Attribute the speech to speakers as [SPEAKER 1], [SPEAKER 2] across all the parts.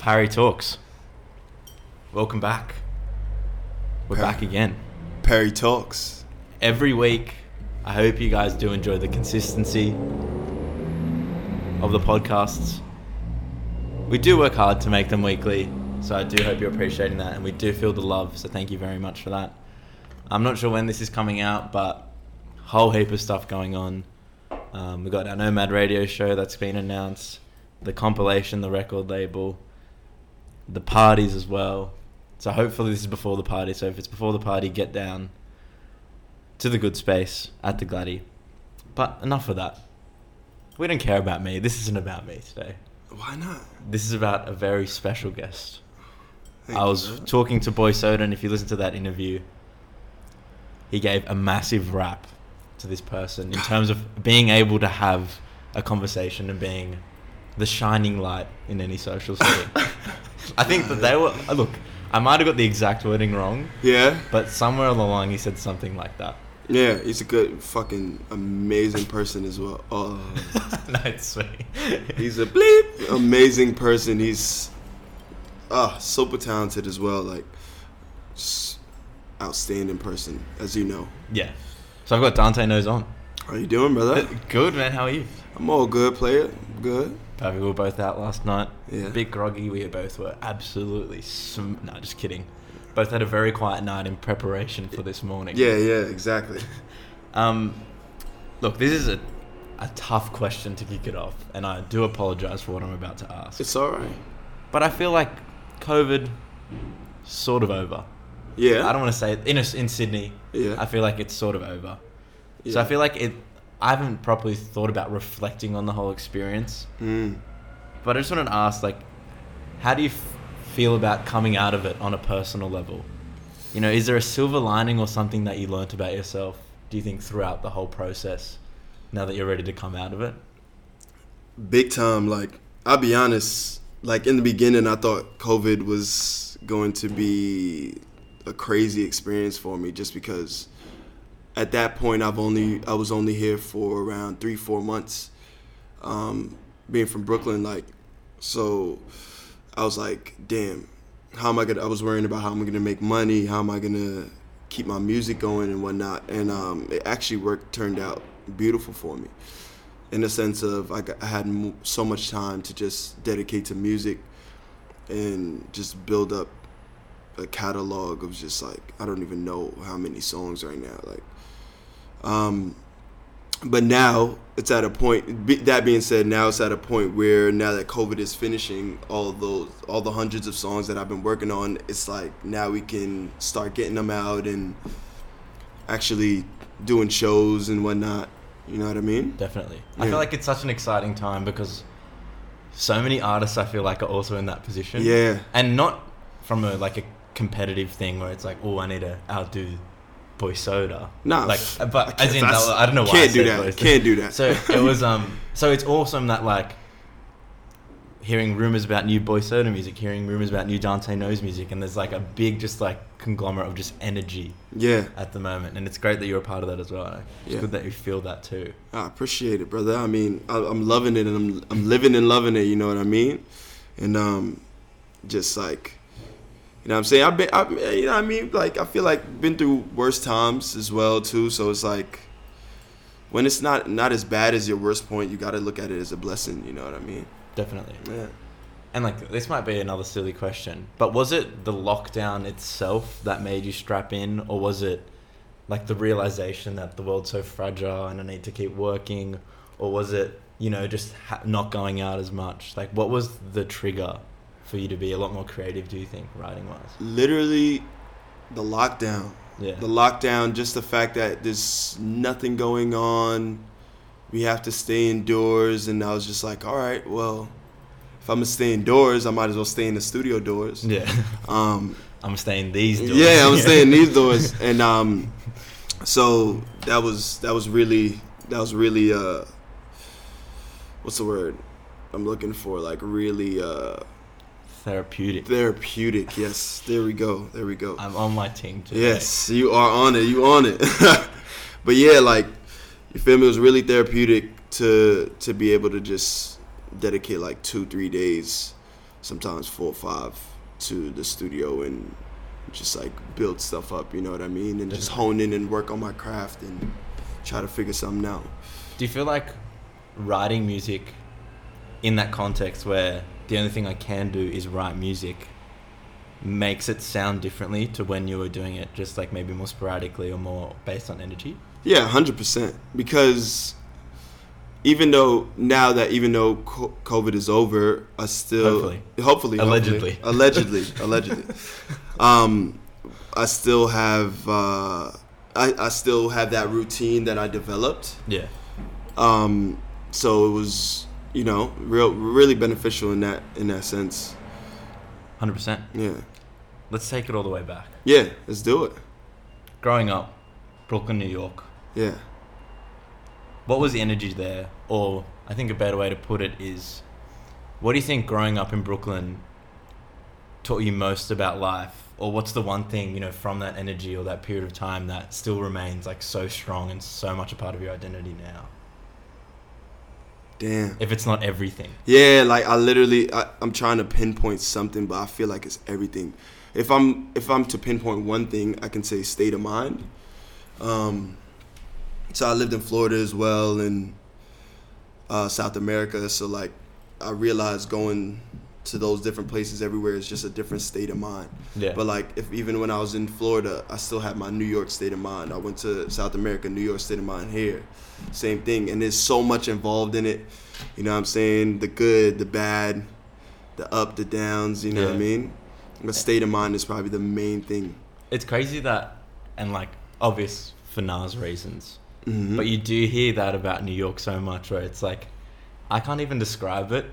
[SPEAKER 1] Harry Talks. Welcome back. We're back again.
[SPEAKER 2] Perry Talks.
[SPEAKER 1] Every week, I hope you guys do enjoy the consistency of the podcasts. We do work hard to make them weekly, so I do hope you're appreciating that, and we do feel the love, so thank you very much for that. I'm not sure when this is coming out, but whole heap of stuff going on. Um, we got our Nomad Radio show that's been announced, the compilation, the record label, the parties as well. So hopefully this is before the party. So if it's before the party, get down to the good space at the Gladdy. But enough of that. We don't care about me. This isn't about me today.
[SPEAKER 2] Why not?
[SPEAKER 1] This is about a very special guest.
[SPEAKER 2] Thank
[SPEAKER 1] I
[SPEAKER 2] you,
[SPEAKER 1] was
[SPEAKER 2] bro.
[SPEAKER 1] talking to Boy Soda, and if you listen to that interview, he gave a massive rap to this person in terms of being able to have a conversation and being the shining light in any social setting. I think that they were. uh, Look, I might have got the exact wording wrong,
[SPEAKER 2] Yeah,
[SPEAKER 1] but somewhere along the line he said something like that.
[SPEAKER 2] yeah. He's a good, fucking, amazing person as well. Oh,
[SPEAKER 1] no, it's sweet.
[SPEAKER 2] he's a bleep, amazing person. He's ah super talented as well. Like, just outstanding person, as you know.
[SPEAKER 1] Yeah. So I've got Dante Nose on.
[SPEAKER 2] How you doing, brother?
[SPEAKER 1] Good, man. How are you?
[SPEAKER 2] I'm all good, player. Good.
[SPEAKER 1] Perfect. We were both out last night.
[SPEAKER 2] Yeah.
[SPEAKER 1] A bit groggy. We both were absolutely. Sm- no, just kidding. Both had a very quiet night in preparation for this morning.
[SPEAKER 2] Yeah, yeah, exactly.
[SPEAKER 1] Um, look, this is a, a tough question to kick it off, and I do apologize for what I'm about to ask.
[SPEAKER 2] It's all right.
[SPEAKER 1] but I feel like COVID, sort of over.
[SPEAKER 2] Yeah.
[SPEAKER 1] I don't want to say it. in in Sydney.
[SPEAKER 2] Yeah.
[SPEAKER 1] I feel like it's sort of over. So
[SPEAKER 2] Yeah.
[SPEAKER 1] I feel like it. I haven't properly thought about reflecting on the whole experience.
[SPEAKER 2] Mm.
[SPEAKER 1] But I just want to ask, like, how do you f- feel about coming out of it on a personal level? You know, is there a silver lining or something that you learnt about yourself? Do you think throughout the whole process, now that you're ready to come out of it?
[SPEAKER 2] big time. Like I'll be honest, like in the beginning, I thought COVID was going to be a crazy experience for me, just because at that point I've only I was only here for around three four months, um, being from Brooklyn. Like so, I was like, damn, how am I gonna? I was worrying about how am I gonna make money? How am I gonna keep my music going and whatnot? And um, it actually worked, turned out beautiful for me in the sense of I, got- I had mo- so much time to just dedicate to music and just build up a catalog of just like I don't even know how many songs right now like um but now it's at a point be, that being said now it's at a point where now that covid is finishing all those all the hundreds of songs that I've been working on it's like now we can start getting them out and actually doing shows and whatnot you know what I mean
[SPEAKER 1] Definitely. I
[SPEAKER 2] Yeah.
[SPEAKER 1] feel like it's such an exciting time because so many artists I feel like are also in that position.
[SPEAKER 2] Yeah,
[SPEAKER 1] And not from a like a competitive thing where it's like, oh, I need to outdo Boy Soda.
[SPEAKER 2] Nah,
[SPEAKER 1] Like, uh,
[SPEAKER 2] f- I
[SPEAKER 1] but
[SPEAKER 2] can't-
[SPEAKER 1] as in,
[SPEAKER 2] that's-
[SPEAKER 1] I don't know why I
[SPEAKER 2] can't
[SPEAKER 1] said
[SPEAKER 2] do that.
[SPEAKER 1] Boy Soda.
[SPEAKER 2] Can't do that.
[SPEAKER 1] So it was um. So it's awesome that like hearing rumors about new Boy Soda music, hearing rumors about new Dante Knows music, and there's like a big just like conglomerate of just energy
[SPEAKER 2] yeah,
[SPEAKER 1] at the moment, and it's great that you're a part of that as well. It's
[SPEAKER 2] Yeah.
[SPEAKER 1] good that you feel that too.
[SPEAKER 2] I appreciate it, brother. I mean, I, I'm loving it, and I'm I'm living and loving it. You know what I mean? And um, just like, you know, what I'm saying I've been, I've, you know, what I mean, like I feel like been through worse times as well too. So it's like, when it's not not as bad as your worst point, you got to look at it as a blessing. You know what I mean?
[SPEAKER 1] Definitely.
[SPEAKER 2] Yeah.
[SPEAKER 1] And like this might be another silly question, but was it the lockdown itself that made you strap in, or was it like the realization that the world's so fragile and I need to keep working, or was it you know just ha- not going out as much? Like what was the trigger for you to be a lot more creative? Do you think writing wise?
[SPEAKER 2] Literally, the lockdown.
[SPEAKER 1] Yeah,
[SPEAKER 2] the lockdown, just the fact that there's nothing going on, we have to stay indoors, and I was just like, all right, well, if I'm gonna stay indoors, I might as well stay in the studio doors.
[SPEAKER 1] yeah.
[SPEAKER 2] Um,
[SPEAKER 1] I'm staying these. Doors.
[SPEAKER 2] yeah, I'm staying these doors, and um, so that was that was really that was really uh, what's the word I'm looking for? Like really uh,
[SPEAKER 1] therapeutic.
[SPEAKER 2] therapeutic. Yes, there we go, there we go.
[SPEAKER 1] I'm on my team today.
[SPEAKER 2] Yes, you are on it. You on it. but yeah, like you feel me? It was really therapeutic to to be able to just dedicate like two, three days sometimes four or five to the studio and just like build stuff up. You know what I mean? And just hone in and work on my craft and try to figure something out.
[SPEAKER 1] Do you feel like writing music in that context where the only thing I can do is write music makes it sound differently to when you were doing it just like maybe more sporadically or more based on energy?
[SPEAKER 2] Yeah, hundred percent. Because even though now that even though co- COVID is over, I still
[SPEAKER 1] Hopefully.
[SPEAKER 2] hopefully,
[SPEAKER 1] Allegedly.
[SPEAKER 2] hopefully. allegedly, allegedly, um, I still have uh, I, I still have that routine that I developed.
[SPEAKER 1] Yeah.
[SPEAKER 2] Um, so it was you know real really beneficial in that in that sense.
[SPEAKER 1] 100%.
[SPEAKER 2] Yeah,
[SPEAKER 1] Let's take it all the way back.
[SPEAKER 2] yeah. Let's do it.
[SPEAKER 1] Growing up, Brooklyn, New York,
[SPEAKER 2] Yeah.
[SPEAKER 1] what was the energy there? Or I think a better way to put it is, what do you think growing up in Brooklyn taught you most about life? Or what's the one thing, you know, from that energy or that period of time that still remains like so strong and so much a part of your identity now?
[SPEAKER 2] Damn.
[SPEAKER 1] If it's not everything.
[SPEAKER 2] Yeah, like I literally, I, I'm trying to pinpoint something, but I feel like it's everything. If I'm if I'm to pinpoint one thing, I can say state of mind. Um, so I lived in Florida as well and uh, South America. So like, I realized going to those different places everywhere is just a different state of mind.
[SPEAKER 1] Yeah.
[SPEAKER 2] But like, if even when I was in Florida, I still had my New York state of mind. I went to South America, New York state of mind here, same thing. And there's so much involved in it. You know what I'm saying? The good, the bad, the up, the downs. You know what I
[SPEAKER 1] Yeah.
[SPEAKER 2] mean? But state of mind is probably the main thing.
[SPEAKER 1] it's crazy that, and like obvious for Nas reasons,
[SPEAKER 2] Hmm?
[SPEAKER 1] but you do hear that about New York so much where it's like, I can't even describe it.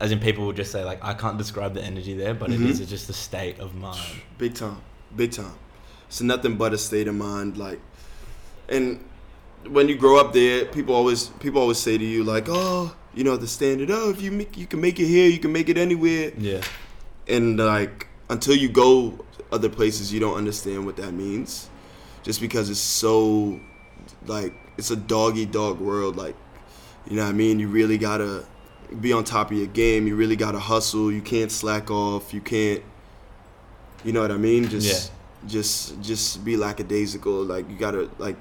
[SPEAKER 1] As in, people will just say, like, I can't describe the energy there, but it
[SPEAKER 2] Mhm.
[SPEAKER 1] is just a state of mind.
[SPEAKER 2] Big time, big time. It's nothing but a state of mind. Like, and when you grow up there, people always people always say to you like, oh, you know, the standard. Oh, if you make, you can make it here, you can make it anywhere.
[SPEAKER 1] Yeah.
[SPEAKER 2] and like until you go other places you don't understand what that means just because it's so like it's a doggy dog world like you know what i mean you really gotta be on top of your game you really gotta hustle you can't slack off you can't you know what i mean just just just be lackadaisical like you gotta like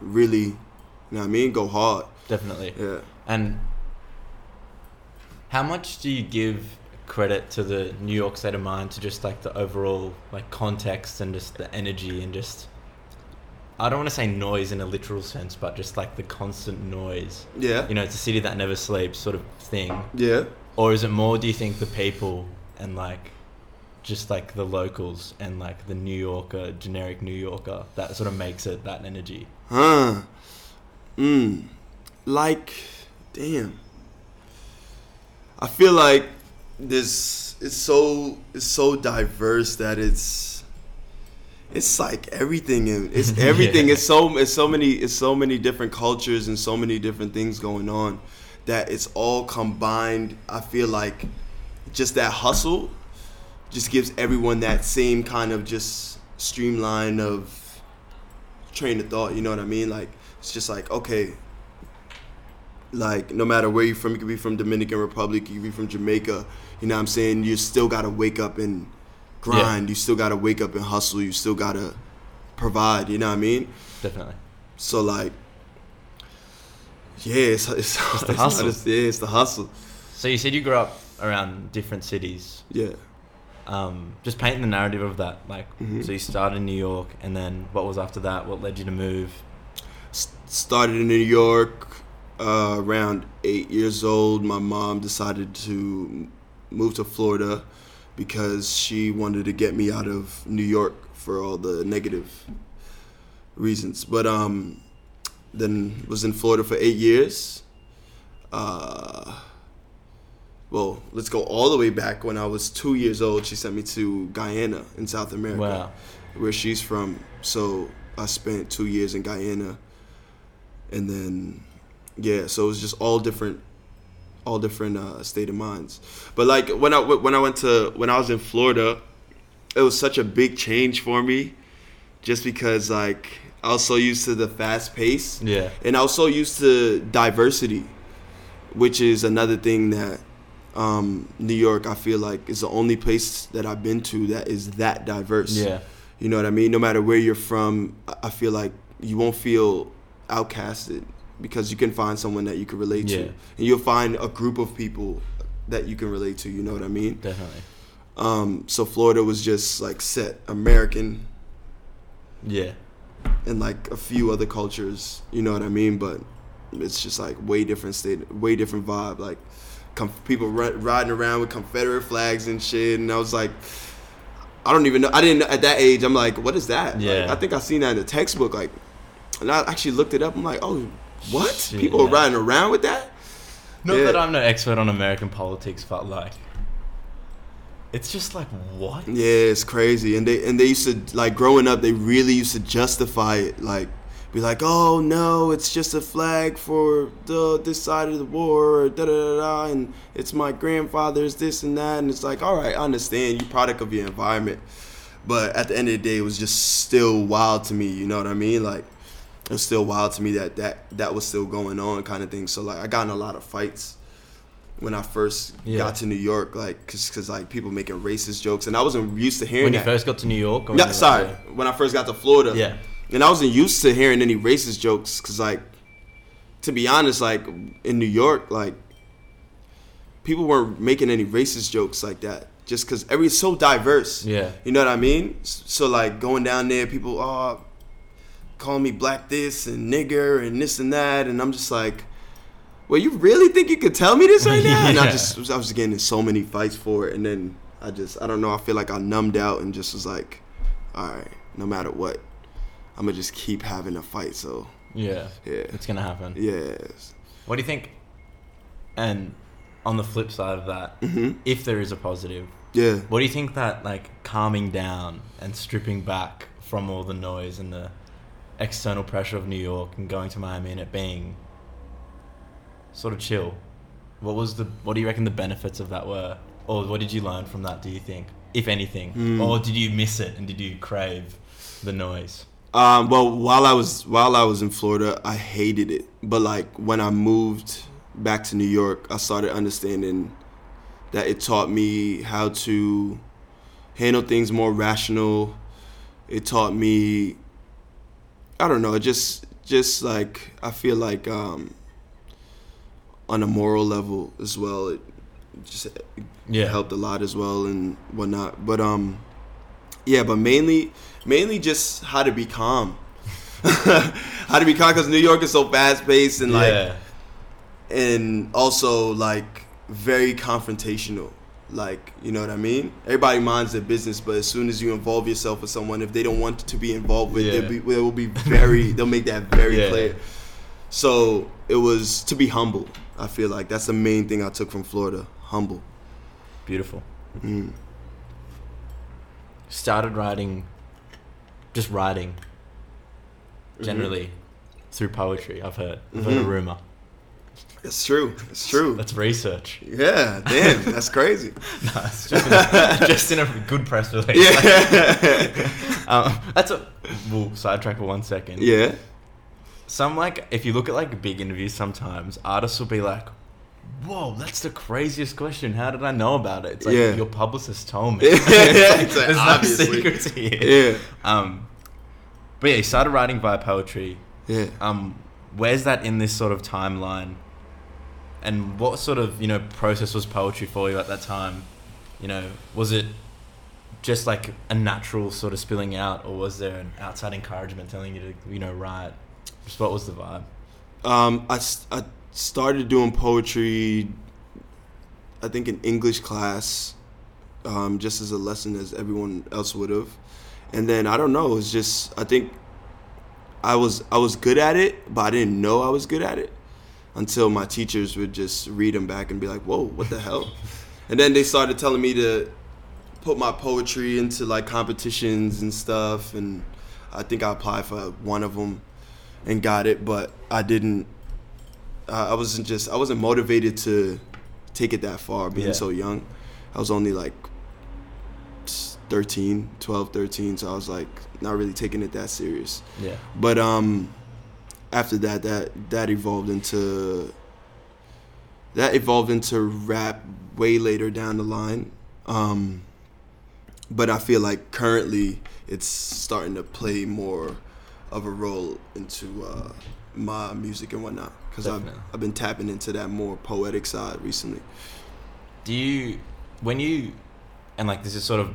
[SPEAKER 2] really you know what i mean go hard
[SPEAKER 1] Definitely.
[SPEAKER 2] yeah
[SPEAKER 1] And how much do you give credit to the New York state of mind to just like the overall like context and just the energy and just I don't want to say noise in a literal sense, but just like the constant noise.
[SPEAKER 2] yeah
[SPEAKER 1] You know, it's a city that never sleeps sort of thing.
[SPEAKER 2] yeah
[SPEAKER 1] Or is it more do you think the people and like just like the locals and like the New Yorker, generic New Yorker, that sort of makes it that energy.
[SPEAKER 2] Huh. Mm. Like, damn. I feel like this is so it's so diverse that it's it's like everything in it's
[SPEAKER 1] Yeah.
[SPEAKER 2] everything. It's so it's so many it's so many different cultures and so many different things going on that it's all combined. I feel like just that hustle just gives everyone that same kind of just streamline of train of thought. You know what I mean? Like it's just like okay, like no matter where you're from, you could be from Dominican Republic, you could be from Jamaica. You know what I'm saying? You still gotta wake up and grind. You still gotta wake up and hustle. You still gotta provide. You know what I mean?
[SPEAKER 1] Definitely.
[SPEAKER 2] So like. Yeah, it's, it's, it's
[SPEAKER 1] the hustle.
[SPEAKER 2] it's- yeah, it's the hustle.
[SPEAKER 1] So you said you grew up around different cities.
[SPEAKER 2] Yeah.
[SPEAKER 1] um, just painting the narrative of that. Like,
[SPEAKER 2] Mm-hmm.
[SPEAKER 1] so you started in New York, and then what was after that? What led you to move?
[SPEAKER 2] S- started in New York uh, around eight years old. My mom decided to move to Florida because she wanted to get me out of New York for all the negative reasons. But um, then was in Florida for eight years. Uh, well, let's go all the way back when I was two years old. She sent me to Guyana in South America
[SPEAKER 1] Wow.
[SPEAKER 2] where she's from. So I spent two years in Guyana, and then yeah, so it was just all different, all different uh, state of minds. But like when I when I went to when I was in Florida, it was such a big change for me, just because like I was so used to the fast pace
[SPEAKER 1] Yeah.
[SPEAKER 2] and I was so used to diversity, which is another thing that um, New York, I feel like is the only place that I've been to that is that diverse.
[SPEAKER 1] Yeah.
[SPEAKER 2] You know what I mean? No matter where you're from, I- I feel like you won't feel outcasted because you can find someone that you can relate to.
[SPEAKER 1] Yeah.
[SPEAKER 2] And you'll find a group of people that you can relate to, you know what I mean?
[SPEAKER 1] Definitely.
[SPEAKER 2] Um, so Florida was just like set American
[SPEAKER 1] Yeah.
[SPEAKER 2] and like a few other cultures, you know what I mean? But it's just like way different state, way different vibe. Like com- people ri- riding around with Confederate flags and shit, and I was like, I don't even know. I didn't at that age. I'm like, what is that? Like,
[SPEAKER 1] Yeah.
[SPEAKER 2] I think I seen that in the textbook. Like, and I actually looked it up. I'm like, oh, what?
[SPEAKER 1] Shit,
[SPEAKER 2] people are
[SPEAKER 1] yeah.
[SPEAKER 2] riding around with that?
[SPEAKER 1] Not
[SPEAKER 2] Yeah.
[SPEAKER 1] that I'm no expert on American politics, but like, it's just like what?
[SPEAKER 2] Yeah, it's crazy. And they and they used to like growing up, they really used to justify it, like be like, "Oh no, it's just a flag for the this side of the war, or da da da da," and it's my grandfather's this and that, and it's like, all right, I understand, you product of your environment, but at the end of the day, it was just still wild to me. You know what I mean? Like. It was still wild to me that, that that was still going on, kind of thing. So like, I got in a lot of fights when I first
[SPEAKER 1] Yeah.
[SPEAKER 2] got to New York, like, cause, 'cause, like people making racist jokes, and I wasn't used to hearing
[SPEAKER 1] When you
[SPEAKER 2] that.
[SPEAKER 1] first got to New York? Or when
[SPEAKER 2] No,
[SPEAKER 1] you got
[SPEAKER 2] sorry,
[SPEAKER 1] there?
[SPEAKER 2] when I first got to Florida,
[SPEAKER 1] Yeah.
[SPEAKER 2] and I wasn't used to hearing any racist jokes, cause like, to be honest, like in New York, like people weren't making any racist jokes like that, just cause every it's so diverse.
[SPEAKER 1] Yeah.
[SPEAKER 2] you know what I mean. S- So like going down there, people are calling me black this and nigger and this and that, and I'm just like. Well, you really think you could tell me this right now? And I
[SPEAKER 1] Yeah.
[SPEAKER 2] just I was getting in so many fights for it, and then I just I don't know. I feel like I numbed out and just was like, all right, no matter what, I'm gonna just keep having a fight. So
[SPEAKER 1] Yeah.
[SPEAKER 2] yeah,
[SPEAKER 1] It's gonna happen.
[SPEAKER 2] yeah,
[SPEAKER 1] What do you think? And on the flip side of that,
[SPEAKER 2] Mhm.
[SPEAKER 1] if there is a positive,
[SPEAKER 2] yeah.
[SPEAKER 1] what do you think that like calming down and stripping back from all the noise and the external pressure of New York and going to Miami and it being sort of chill? What was the what do you reckon the benefits of that were? Or what did you learn from that, do you think? If anything. Or did you miss it and did you crave the noise?
[SPEAKER 2] Um, well, while I was while I was in Florida, I hated it. But like when I moved back to New York, I started understanding that it taught me how to handle things more rational. It taught me, I don't know, just just like I feel like um, on a moral level as well. It just
[SPEAKER 1] Yeah.
[SPEAKER 2] helped a lot as well and whatnot. But um, yeah, but mainly mainly just how to be calm, how to be calm because New York is so fast paced and like
[SPEAKER 1] yeah.
[SPEAKER 2] and also like very confrontational. Like you know what I mean. Everybody minds their business, but as soon as you involve yourself with someone, if they don't want to be involved with,
[SPEAKER 1] Yeah.
[SPEAKER 2] they'll be, they will be very. they'll make that very
[SPEAKER 1] Yeah.
[SPEAKER 2] clear. So it was to be humble. I feel like that's the main thing I took from Florida. Humble.
[SPEAKER 1] Beautiful.
[SPEAKER 2] Mm.
[SPEAKER 1] Started writing, just writing,
[SPEAKER 2] Mm-hmm.
[SPEAKER 1] generally through poetry. I've heard, I've heard a rumor.
[SPEAKER 2] It's true. It's true.
[SPEAKER 1] That's research.
[SPEAKER 2] Yeah, damn, that's crazy.
[SPEAKER 1] no, it's just, in a, just in a good press release.
[SPEAKER 2] Yeah,
[SPEAKER 1] Um, that's a. We'll sidetrack for one second.
[SPEAKER 2] yeah,
[SPEAKER 1] Some like, if you look at like big interviews, sometimes artists will be like. Whoa, that's the craziest question. How did I know about it? It's like
[SPEAKER 2] Yeah.
[SPEAKER 1] your publicist told me.
[SPEAKER 2] Yeah,
[SPEAKER 1] It's like,
[SPEAKER 2] it's like,
[SPEAKER 1] there's no
[SPEAKER 2] obviously.
[SPEAKER 1] secrets here.
[SPEAKER 2] yeah,
[SPEAKER 1] Um, but yeah, he started writing via poetry.
[SPEAKER 2] yeah.
[SPEAKER 1] Um, where's that in this sort of timeline? And what sort of you know process was poetry for you at that time? You know, was it just like a natural sort of spilling out, or was there an outside encouragement telling you to you know write? Just what was the vibe?
[SPEAKER 2] Um, I, s- I started doing poetry, I think in English class, um, just as a lesson as everyone else would have, and then I don't know. It was just I think I was I was good at it, but I didn't know I was good at it until my teachers would just read them back and be like, "Whoa, what the hell?" and then they started telling me to put my poetry into like competitions and stuff, and I think I applied for one of them and got it, but I didn't. I I wasn't just I wasn't motivated to take it that far being
[SPEAKER 1] Yeah.
[SPEAKER 2] so young. I was only like 13, 12, 13, so I was like not really taking it that serious.
[SPEAKER 1] Yeah,
[SPEAKER 2] But um, after that, that that evolved into that evolved into rap way later down the line. Um, but I feel like currently it's starting to play more of a role into uh, my music and whatnot because I've,
[SPEAKER 1] Definitely.
[SPEAKER 2] I've been tapping into that more poetic side recently.
[SPEAKER 1] Do you, when you, and like this is sort of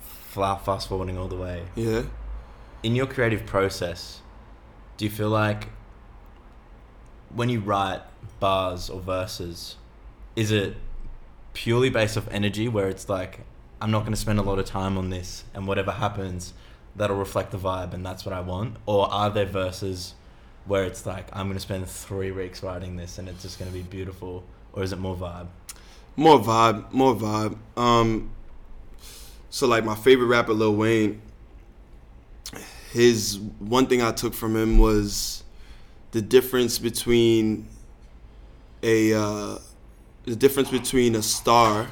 [SPEAKER 1] fla- fast forwarding all the way,
[SPEAKER 2] Yeah.
[SPEAKER 1] in your creative process, do you feel like when you write bars or verses, is it purely based off energy where it's like, I'm not going to spend a lot of time on this and whatever happens, that'll reflect the vibe and that's what I want? Or are there verses where it's like, I'm going to spend three weeks writing this and it's just going to be beautiful? Or is it more vibe?
[SPEAKER 2] More vibe, more vibe. Um, so like my favorite rapper, Lil Wayne. His one thing I took from him was the difference between a uh, the difference between a star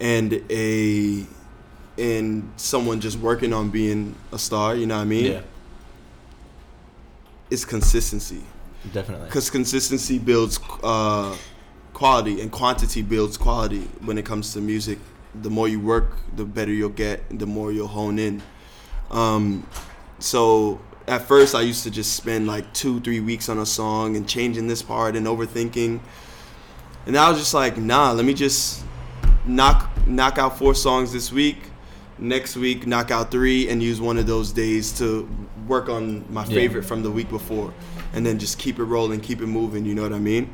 [SPEAKER 2] and a and someone just working on being a star. You know what I mean? It's consistency.
[SPEAKER 1] definitely.
[SPEAKER 2] Because consistency builds uh, quality, and quantity builds quality when it comes to music. The more you work, the better you'll get, and the more you'll hone in. Um, so at first, I used to just spend like two, three weeks on a song and changing this part and overthinking. And I was just like, nah, let me just knock knock out four songs this week. Next week, knock out three, and use one of those days to work on my
[SPEAKER 1] Yeah.
[SPEAKER 2] favorite from the week before, and then just keep it rolling, keep it moving. You know what I mean?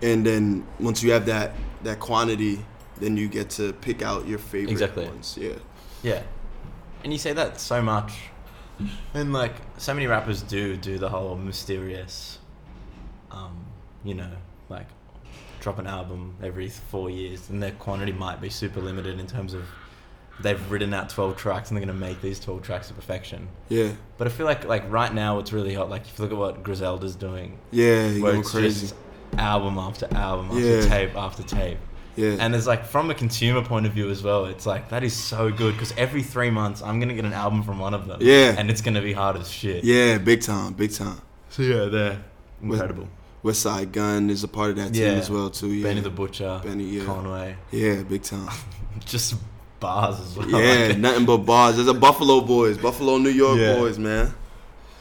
[SPEAKER 2] And then once you have that that quantity, then you get to pick out your favorite
[SPEAKER 1] Exactly.
[SPEAKER 2] ones. Yeah,
[SPEAKER 1] Yeah. And you say that so much. And like so many rappers do do the whole mysterious um, you know, like drop an album every 4 years and their quantity might be super limited in terms of they've written out 12 tracks and they're going to make these 12 tracks to perfection.
[SPEAKER 2] yeah,
[SPEAKER 1] But I feel like like right now it's really hot like if you look at what Griselda's doing
[SPEAKER 2] yeah. You're
[SPEAKER 1] where
[SPEAKER 2] going
[SPEAKER 1] it's
[SPEAKER 2] crazy.
[SPEAKER 1] just album after album after
[SPEAKER 2] Yeah.
[SPEAKER 1] tape after tape.
[SPEAKER 2] yeah,
[SPEAKER 1] And it's like from a consumer point of view as well. It's like that is so good because every three months I'm gonna get an album from one of them.
[SPEAKER 2] Yeah.
[SPEAKER 1] and it's gonna be hard as shit.
[SPEAKER 2] yeah. Big time, big time.
[SPEAKER 1] So yeah, they're incredible.
[SPEAKER 2] West Side Gun is a part of that team
[SPEAKER 1] Yeah.
[SPEAKER 2] as well too. Yeah,
[SPEAKER 1] Benny the Butcher,
[SPEAKER 2] Benny, yeah.
[SPEAKER 1] Conway,
[SPEAKER 2] yeah, big time.
[SPEAKER 1] just bars as well.
[SPEAKER 2] Yeah,
[SPEAKER 1] Like,
[SPEAKER 2] nothing but bars. There's a Buffalo boys, Buffalo New York
[SPEAKER 1] Yeah.
[SPEAKER 2] boys, man.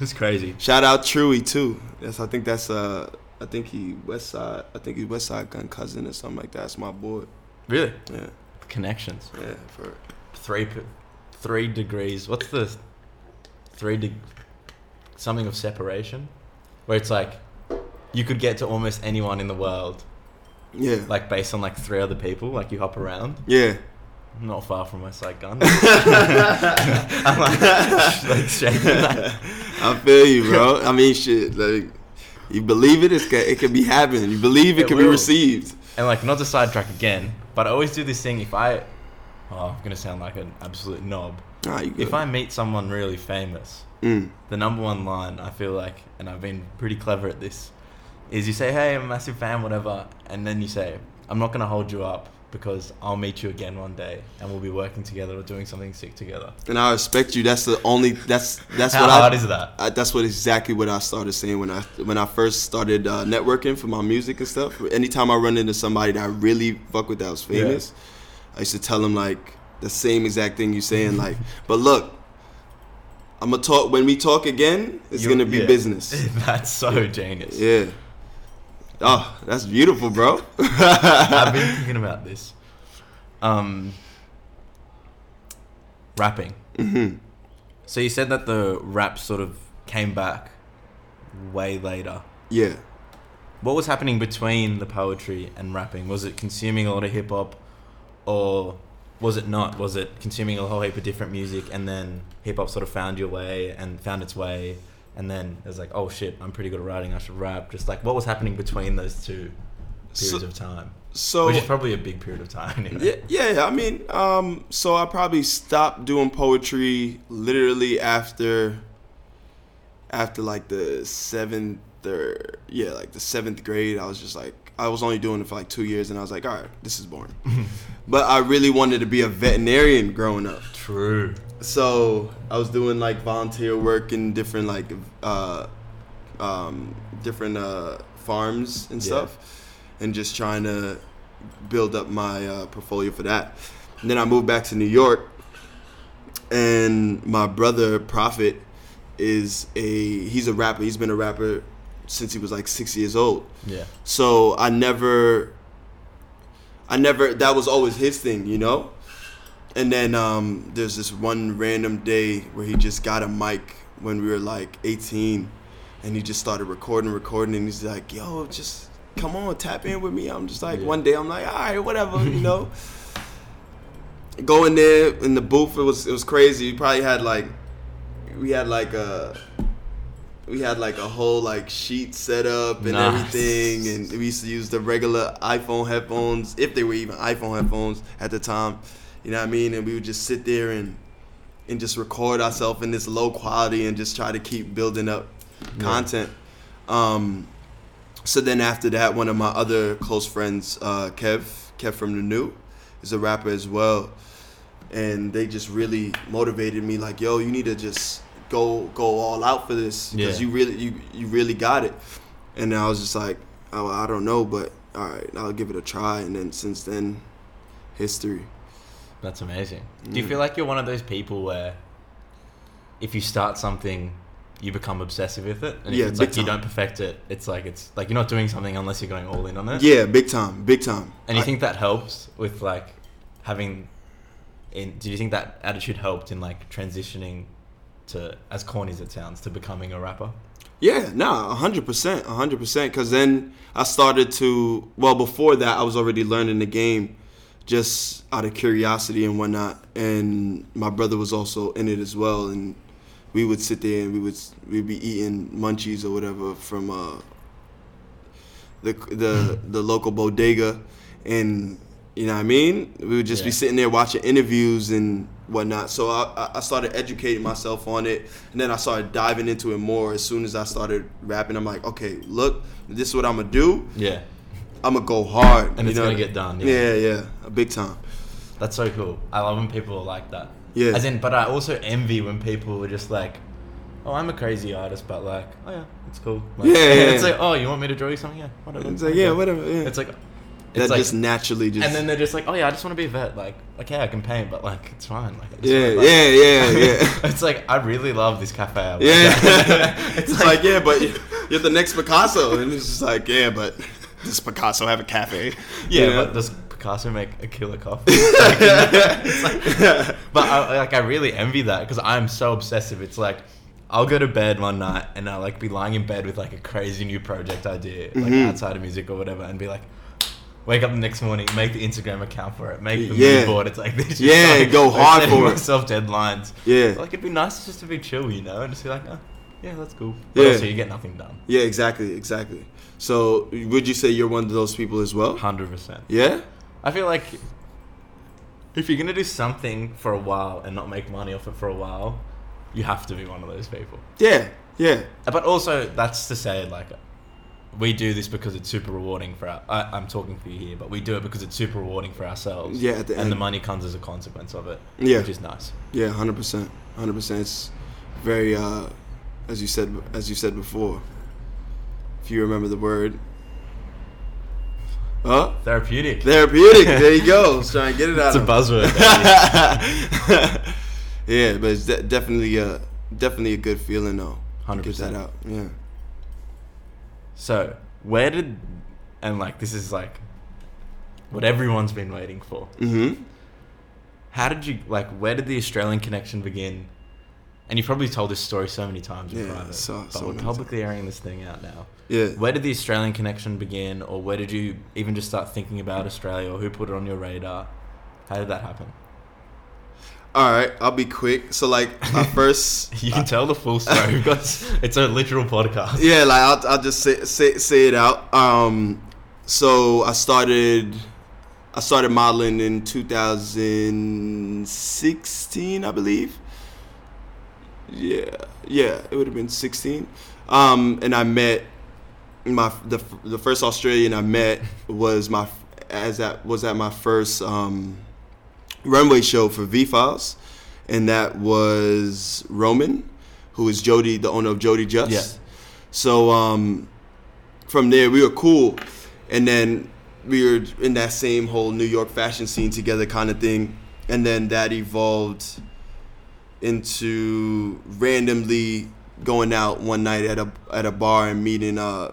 [SPEAKER 1] it's crazy.
[SPEAKER 2] Shout out Truey too. That's I think that's uh I think he West Side I think he's West Side Gun cousin or something like that. That's my boy.
[SPEAKER 1] Really,
[SPEAKER 2] Yeah,
[SPEAKER 1] connections.
[SPEAKER 2] yeah. For
[SPEAKER 1] Three, p- three degrees. What's the three de- something of separation? Where it's like you could get to almost anyone in the world,
[SPEAKER 2] yeah,
[SPEAKER 1] like based on like three other people. Like you hop around.
[SPEAKER 2] yeah.
[SPEAKER 1] I'm not far from West Side Gun. I'm like, like shaking. Like,
[SPEAKER 2] I feel you, bro. I mean, shit. Like you believe it, it's ca- it can be happening. You believe it,
[SPEAKER 1] It
[SPEAKER 2] can be
[SPEAKER 1] will.
[SPEAKER 2] received.
[SPEAKER 1] and like, not to sidetrack again, but I always do this thing. If I, oh, I'm gonna sound like an absolute knob.
[SPEAKER 2] Nah, you good.
[SPEAKER 1] If I meet someone really famous,
[SPEAKER 2] Mm.
[SPEAKER 1] the number one line I feel like, and I've been pretty clever at this, is you say, "Hey, I'm a massive fan, whatever," and then you say, "I'm not gonna hold you up." Because I'll meet you again one day, and we'll be working together or doing something sick together.
[SPEAKER 2] and I respect you. That's the only. That's that's
[SPEAKER 1] How
[SPEAKER 2] what
[SPEAKER 1] hard
[SPEAKER 2] I,
[SPEAKER 1] is that?
[SPEAKER 2] I, that's what exactly what I started saying when I when I first started uh, networking for my music and stuff. Anytime I run into somebody that I really fuck with that was
[SPEAKER 1] Yeah.
[SPEAKER 2] famous, I used to tell them like the same exact thing you saying. Like, but look, I'm gonna talk when we talk again. It's
[SPEAKER 1] You're-
[SPEAKER 2] gonna be
[SPEAKER 1] yeah.
[SPEAKER 2] business.
[SPEAKER 1] That's so genius.
[SPEAKER 2] Yeah. Oh, that's beautiful, bro.
[SPEAKER 1] I've been thinking about this. Um, rapping. Mm-hmm. So you said that the rap sort of came back way later.
[SPEAKER 2] yeah.
[SPEAKER 1] What was happening between the poetry and rapping? Was it consuming a lot of hip hop, or was it not? Was it consuming a whole heap of different music, and then hip hop sort of found your way and found its way, and then it was like, oh shit, I'm pretty good at writing. I should rap. Just like what was happening between those two periods
[SPEAKER 2] So-
[SPEAKER 1] of time?
[SPEAKER 2] So
[SPEAKER 1] Which is probably a big period of time. Anyway.
[SPEAKER 2] Yeah, yeah. I mean, um, so I probably stopped doing poetry literally after, after like the seventh or yeah, like the seventh grade. I was just like, I was only doing it for like two years, and I was like, all right, this is boring. but I really wanted to be a veterinarian growing up.
[SPEAKER 1] True.
[SPEAKER 2] So I was doing like volunteer work in different like uh, um, different uh, farms and
[SPEAKER 1] Yeah.
[SPEAKER 2] stuff, and just trying to build up my uh, portfolio for that. And then I moved back to New York, and my brother Prophet is a he's a rapper. He's been a rapper since he was like six years old.
[SPEAKER 1] Yeah.
[SPEAKER 2] So I never, I never. That was always his thing, you know. And then um, there's this one random day where he just got a mic when we were like 18, and he just started recording, recording, and he's like, "Yo, just come on, tap in with me." I'm just like,
[SPEAKER 1] Yeah.
[SPEAKER 2] one day I'm like, "All right, whatever," you know. Go in there in the booth. It was it was crazy. We probably had like, we had like a. We had like a whole like sheet set up and
[SPEAKER 1] Nice.
[SPEAKER 2] everything, and we used to use the regular iPhone headphones, if they were even iPhone headphones at the time. You know what I mean? And we would just sit there and and just record ourselves in this low quality and just try to keep building up content. Um, so then after that, one of my other close friends, uh, Kev, Kev from the New, is a rapper as well, and they just really motivated me. Like, yo, you need to just go go all out for this because
[SPEAKER 1] Yeah.
[SPEAKER 2] you really you you really got it. And I was just like, oh, I don't know, but all right, I'll give it a try. And then since then, history.
[SPEAKER 1] That's amazing. Do
[SPEAKER 2] Mm.
[SPEAKER 1] you feel like you're one of those people where if you start something, you become obsessive with it? And
[SPEAKER 2] Yeah,
[SPEAKER 1] if it's
[SPEAKER 2] big
[SPEAKER 1] like you
[SPEAKER 2] time.
[SPEAKER 1] don't perfect it, it's like it's like you're not doing something unless you're going all in on it.
[SPEAKER 2] Yeah, big time, big time.
[SPEAKER 1] And you
[SPEAKER 2] I-
[SPEAKER 1] think that helps with like having in do you think that attitude helped in like transitioning to as corny as it sounds to becoming a rapper?
[SPEAKER 2] Yeah, nah, hundred percent, hundred percent. Cause then I started to well before that I was already learning the game, just out of curiosity and whatnot. And my brother was also in it as well, and we would sit there and we would we'd be eating munchies or whatever from uh, the the the local bodega, and you know what I mean. We would just be
[SPEAKER 1] Yeah.
[SPEAKER 2] sitting there watching interviews and whatnot. So I, I- I started educating myself on it, and then I started diving into it more. As soon as I started rapping, I'm like, okay, look, this is what I'm gonna do.
[SPEAKER 1] Yeah.
[SPEAKER 2] I'm gonna go hard,
[SPEAKER 1] And it's gonna get done, yeah.
[SPEAKER 2] Yeah, yeah, a big time.
[SPEAKER 1] That's so cool. I love when people are like that.
[SPEAKER 2] Yeah.
[SPEAKER 1] As in, but I also envy when people are just like, "Oh, I'm a crazy artist," but like, "Oh yeah, it's cool." Like,
[SPEAKER 2] Yeah, yeah,
[SPEAKER 1] It's
[SPEAKER 2] yeah.
[SPEAKER 1] like, "Oh, you want me to draw you something? Yeah, whatever."
[SPEAKER 2] It's like yeah,
[SPEAKER 1] Okay."
[SPEAKER 2] whatever. Yeah.
[SPEAKER 1] It's like, it's
[SPEAKER 2] that
[SPEAKER 1] like,
[SPEAKER 2] just naturally just.
[SPEAKER 1] and then they're just like, "Oh yeah, I just want to be a vet." Like, okay, I can paint, but like, it's fine. Like, I just
[SPEAKER 2] yeah,
[SPEAKER 1] wanna, like-
[SPEAKER 2] yeah, yeah, yeah.
[SPEAKER 1] it's like I really love this cafe. I work
[SPEAKER 2] Yeah.
[SPEAKER 1] at.
[SPEAKER 2] it's like, yeah, but you're the next Picasso. And it's just like, yeah, but does Picasso have a cafe?
[SPEAKER 1] yeah,
[SPEAKER 2] You know?
[SPEAKER 1] but does Picasso make a killer coffee? Like, you know, it's like- But uh, I, like I really envy that because I'm so obsessive. It's like I'll go to bed one night and I'll like be lying in bed with like a crazy new project idea, like
[SPEAKER 2] Mhm.
[SPEAKER 1] outside of music or whatever, and be like, wake up the next morning, make the Instagram account for it, make the
[SPEAKER 2] Yeah.
[SPEAKER 1] mood board. It's like this.
[SPEAKER 2] Yeah,
[SPEAKER 1] like,
[SPEAKER 2] go
[SPEAKER 1] like,
[SPEAKER 2] hard
[SPEAKER 1] setting
[SPEAKER 2] for it.
[SPEAKER 1] Myself deadlines.
[SPEAKER 2] Yeah.
[SPEAKER 1] Like it'd be nice just to be chill, you know, and just be like, oh, yeah, that's cool. But
[SPEAKER 2] Yeah.
[SPEAKER 1] also you get nothing done.
[SPEAKER 2] yeah, exactly, exactly. So would you say you're one of those people as well?
[SPEAKER 1] Hundred percent.
[SPEAKER 2] Yeah?
[SPEAKER 1] I feel like if you're gonna do something for a while and not make money off it for a while, you have to be one of those people.
[SPEAKER 2] Yeah, yeah.
[SPEAKER 1] But also, that's to say, like, we do this because it's super rewarding for our. I, I'm talking for you here, but we do it because it's super rewarding for ourselves.
[SPEAKER 2] Yeah, at the
[SPEAKER 1] and
[SPEAKER 2] end.
[SPEAKER 1] the money comes as a consequence of it.
[SPEAKER 2] Yeah.
[SPEAKER 1] which is nice.
[SPEAKER 2] Yeah, hundred percent. Hundred percent. It's very uh as you said as you said before. If you remember the word. Huh?
[SPEAKER 1] Therapeutic.
[SPEAKER 2] Therapeutic, there you go. I was trying to get it
[SPEAKER 1] it's
[SPEAKER 2] out
[SPEAKER 1] a
[SPEAKER 2] of him.
[SPEAKER 1] buzzword. baby.
[SPEAKER 2] yeah, but it's de- definitely a definitely a good feeling though. to Get
[SPEAKER 1] 100%.
[SPEAKER 2] that out. Yeah.
[SPEAKER 1] so, where did and like this is like what everyone's been waiting for.
[SPEAKER 2] Mm-hmm.
[SPEAKER 1] How did you like? Where did the Australian connection begin? And you've probably told this story so many times in
[SPEAKER 2] Yeah,
[SPEAKER 1] private,
[SPEAKER 2] so-
[SPEAKER 1] but
[SPEAKER 2] so
[SPEAKER 1] we're
[SPEAKER 2] many
[SPEAKER 1] publicly airing this thing out now.
[SPEAKER 2] Yeah.
[SPEAKER 1] Where did the Australian connection begin, or where did you even just start thinking about Australia, or who put it on your radar? How did that happen?
[SPEAKER 2] All right, I'll be quick. So like I first
[SPEAKER 1] You can tell the full story. We've got it's a literal podcast.
[SPEAKER 2] Yeah, like I'll, I'll just say, say say it out. Um, so I started I started modeling in 2016, I believe. Yeah, yeah, it would have been 16. Um, and I met my the the first Australian I met was my as that was at my first um, runway show for V Files, and that was Roman, who is Jody, the owner of Jody Just.
[SPEAKER 1] Yeah.
[SPEAKER 2] So um, from there we were cool, and then we were in that same whole New York fashion scene together kind of thing, and then that evolved into randomly going out one night at a at a bar and meeting uh,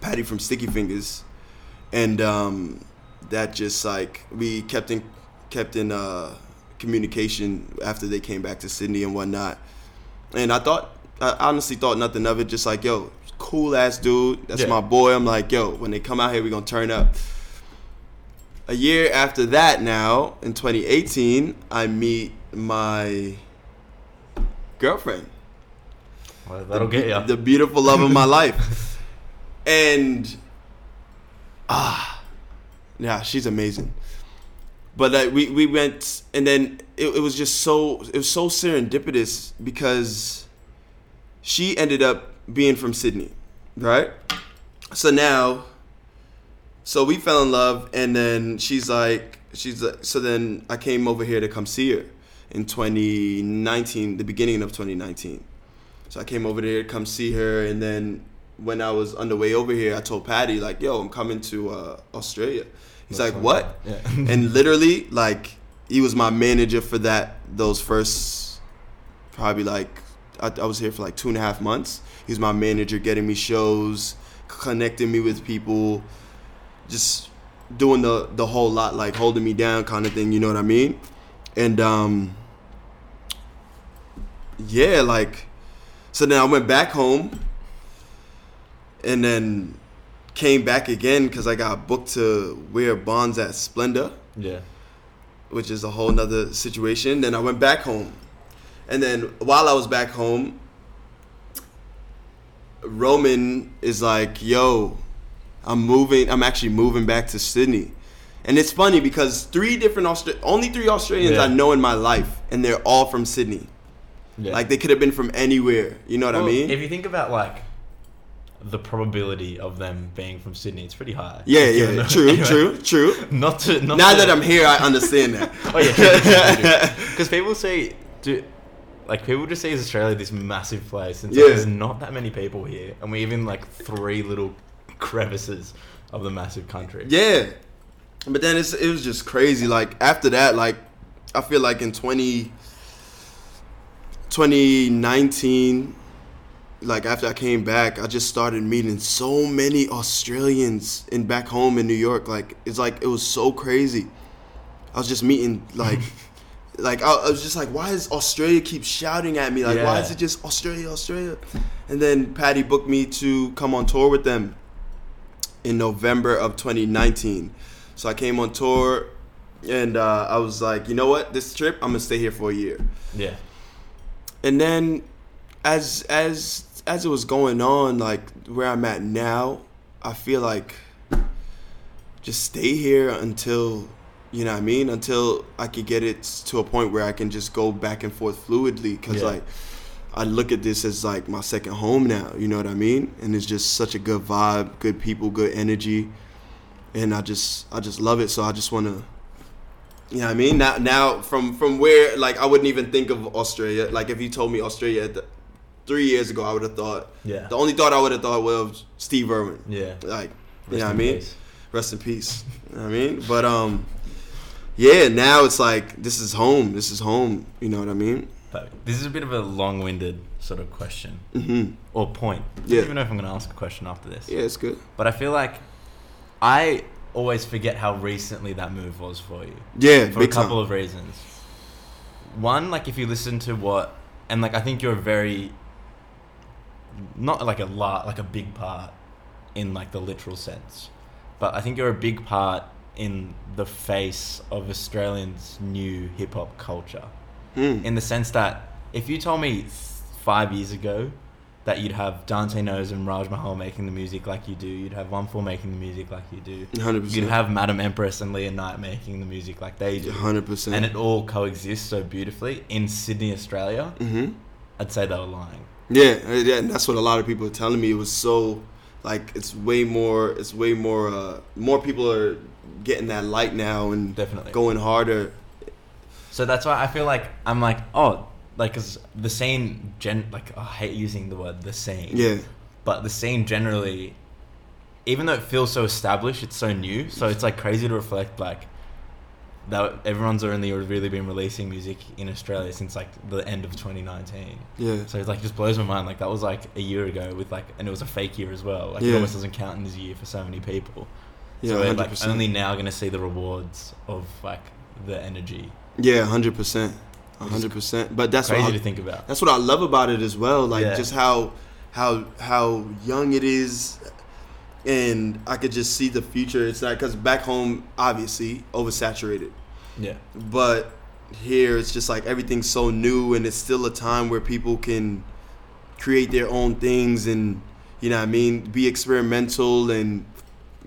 [SPEAKER 2] Patty from Sticky Fingers, and um, that just like we kept in kept in uh, communication after they came back to Sydney and whatnot, and I thought I honestly thought nothing of it, just like yo, cool ass dude, that's
[SPEAKER 1] Yeah.
[SPEAKER 2] my boy. I'm like yo, when they come out here, we gonna turn up. A year after that, now in 2018, I meet my girlfriend
[SPEAKER 1] Well, that'll get you.
[SPEAKER 2] the beautiful love of my life. And ah, yeah, she's amazing. But like we we went, and then it, it was just so it was so serendipitous because she ended up being from Sydney, right? So now, so we fell in love, and then she's like, she's like, so then I came over here to come see her in 2019, the beginning of 2019. So I came over there to come see her, and then when I was on the way over here, I told Patty like, "Yo, I'm coming to uh, Australia." He's
[SPEAKER 1] That's
[SPEAKER 2] like,
[SPEAKER 1] fine.
[SPEAKER 2] "What?"
[SPEAKER 1] Yeah.
[SPEAKER 2] and literally, like, he was my manager for that those first probably like I, I was here for like two and a half months. He was my manager, getting me shows, connecting me with people, just doing the the whole lot, like holding me down, kind of thing. You know what I mean? And um, yeah, like so then I went back home and then came back again because I got booked to wear Bonds at Splendor,
[SPEAKER 1] yeah.
[SPEAKER 2] which is a whole nother situation. Then I went back home. And then while I was back home, Roman is like, yo, I'm moving. I'm actually moving back to Sydney. And it's funny because three different Austra- only three Australians
[SPEAKER 1] Yeah.
[SPEAKER 2] I know in my life, and they're all from Sydney.
[SPEAKER 1] Yeah.
[SPEAKER 2] Like they could have been from anywhere. You know what I
[SPEAKER 1] Well,
[SPEAKER 2] mean?
[SPEAKER 1] If you think about like the probability of them being from Sydney, it's pretty high.
[SPEAKER 2] Yeah,
[SPEAKER 1] Given
[SPEAKER 2] yeah,
[SPEAKER 1] the-
[SPEAKER 2] true,
[SPEAKER 1] anyway,
[SPEAKER 2] true, true.
[SPEAKER 1] Not to not
[SPEAKER 2] Now
[SPEAKER 1] to-
[SPEAKER 2] that I'm here, I understand that.
[SPEAKER 1] oh yeah, because people say do. Like people just see Australia this massive place, and so
[SPEAKER 2] Yeah.
[SPEAKER 1] there's not that many people here, and we live in like three little crevices of the massive country.
[SPEAKER 2] yeah, but then it's it was just crazy. Like after that, like I feel like in 20, 2019, like after I came back, I just started meeting so many Australians in back home in New York. Like it's like it was so crazy. I was just meeting like. Like I, I was just like, why does Australia keep shouting at me? Like, why
[SPEAKER 1] Yeah.
[SPEAKER 2] is it just Australia, Australia? And then Patty booked me to come on tour with them in November of 2019. So I came on tour, and uh, I was like, you know what, this trip, I'm gonna stay here for a year
[SPEAKER 1] yeah,
[SPEAKER 2] and then as as as it was going on like where i'm at now i feel like just stay here until you know what i mean until i could get it to a point where i can just go back and forth fluidly because
[SPEAKER 1] Yeah.
[SPEAKER 2] like i look at this as like my second home now you know what i mean and it's just such a good vibe good people good energy and i just i just love it so i just want to you know what I mean? Now, now from from where like I wouldn't even think of Australia. Like if you told me Australia at the, three years ago, I would have thought
[SPEAKER 1] yeah,
[SPEAKER 2] the only thought I would have thought was Steve Irwin.
[SPEAKER 1] yeah.
[SPEAKER 2] Like,
[SPEAKER 1] Rest
[SPEAKER 2] you know what I
[SPEAKER 1] in
[SPEAKER 2] mean?
[SPEAKER 1] peace.
[SPEAKER 2] Rest in peace. You know what I mean, but um, yeah. Now it's like this is home. This is home. You know what I mean?
[SPEAKER 1] But this is a bit of a long-winded sort of question
[SPEAKER 2] Mm-hmm.
[SPEAKER 1] or point. I don't
[SPEAKER 2] Yeah.
[SPEAKER 1] even know if I'm going to ask a question after this.
[SPEAKER 2] Yeah, it's good.
[SPEAKER 1] But I feel like I always forget how recently that move was for you
[SPEAKER 2] Yeah,
[SPEAKER 1] for
[SPEAKER 2] big
[SPEAKER 1] a couple
[SPEAKER 2] time.
[SPEAKER 1] of reasons. One, like if you listen to what, and like I think you're very, not like a lot, like a big part in like the literal sense, but I think you're a big part in the face of Australians' new hip hop culture
[SPEAKER 2] Mm.
[SPEAKER 1] in the sense that if you told me th- five years ago that you'd have Dante Knows and Raj Mahal making the music like you do, you'd have One Four making the music like you do,
[SPEAKER 2] Hundred
[SPEAKER 1] you'd
[SPEAKER 2] percent.
[SPEAKER 1] have Madam Empress and Leon Knight making the music like they do,
[SPEAKER 2] Hundred
[SPEAKER 1] and it
[SPEAKER 2] percent.
[SPEAKER 1] all coexists so beautifully in Sydney, Australia,
[SPEAKER 2] Mm-hmm.
[SPEAKER 1] I'd say they were lying.
[SPEAKER 2] Yeah, uh, yeah, and that's what a lot of people are telling me. It was so like it's way more it's way more uh more people are getting that light now and
[SPEAKER 1] Definitely.
[SPEAKER 2] going harder.
[SPEAKER 1] So that's why I feel like I'm like, oh, like 'cause the scene, gen, like I hate using the word the scene,
[SPEAKER 2] Yeah.
[SPEAKER 1] but the scene generally even though it feels so established, it's so new. So it's like crazy to reflect like that everyone's only really been releasing music in Australia since like the end of 2019.
[SPEAKER 2] Yeah.
[SPEAKER 1] So it like just blows my mind. Like that was like a year ago with like, and it was a fake year as well. Like it
[SPEAKER 2] Yeah.
[SPEAKER 1] almost doesn't count in this year for so many people.
[SPEAKER 2] Yeah,
[SPEAKER 1] so we're like
[SPEAKER 2] 100%.
[SPEAKER 1] only now gonna see the rewards of like the energy.
[SPEAKER 2] Yeah, hundred percent, hundred percent. But that's
[SPEAKER 1] crazy
[SPEAKER 2] what I,
[SPEAKER 1] to think about.
[SPEAKER 2] that's what I love about it as well. Like
[SPEAKER 1] Yeah.
[SPEAKER 2] just how how how young it is, and I could just see the future. It's not because back home, obviously, oversaturated,
[SPEAKER 1] Yeah.
[SPEAKER 2] but here it's just like everything's so new, and it's still a time where people can create their own things, and you know what I mean, be experimental and.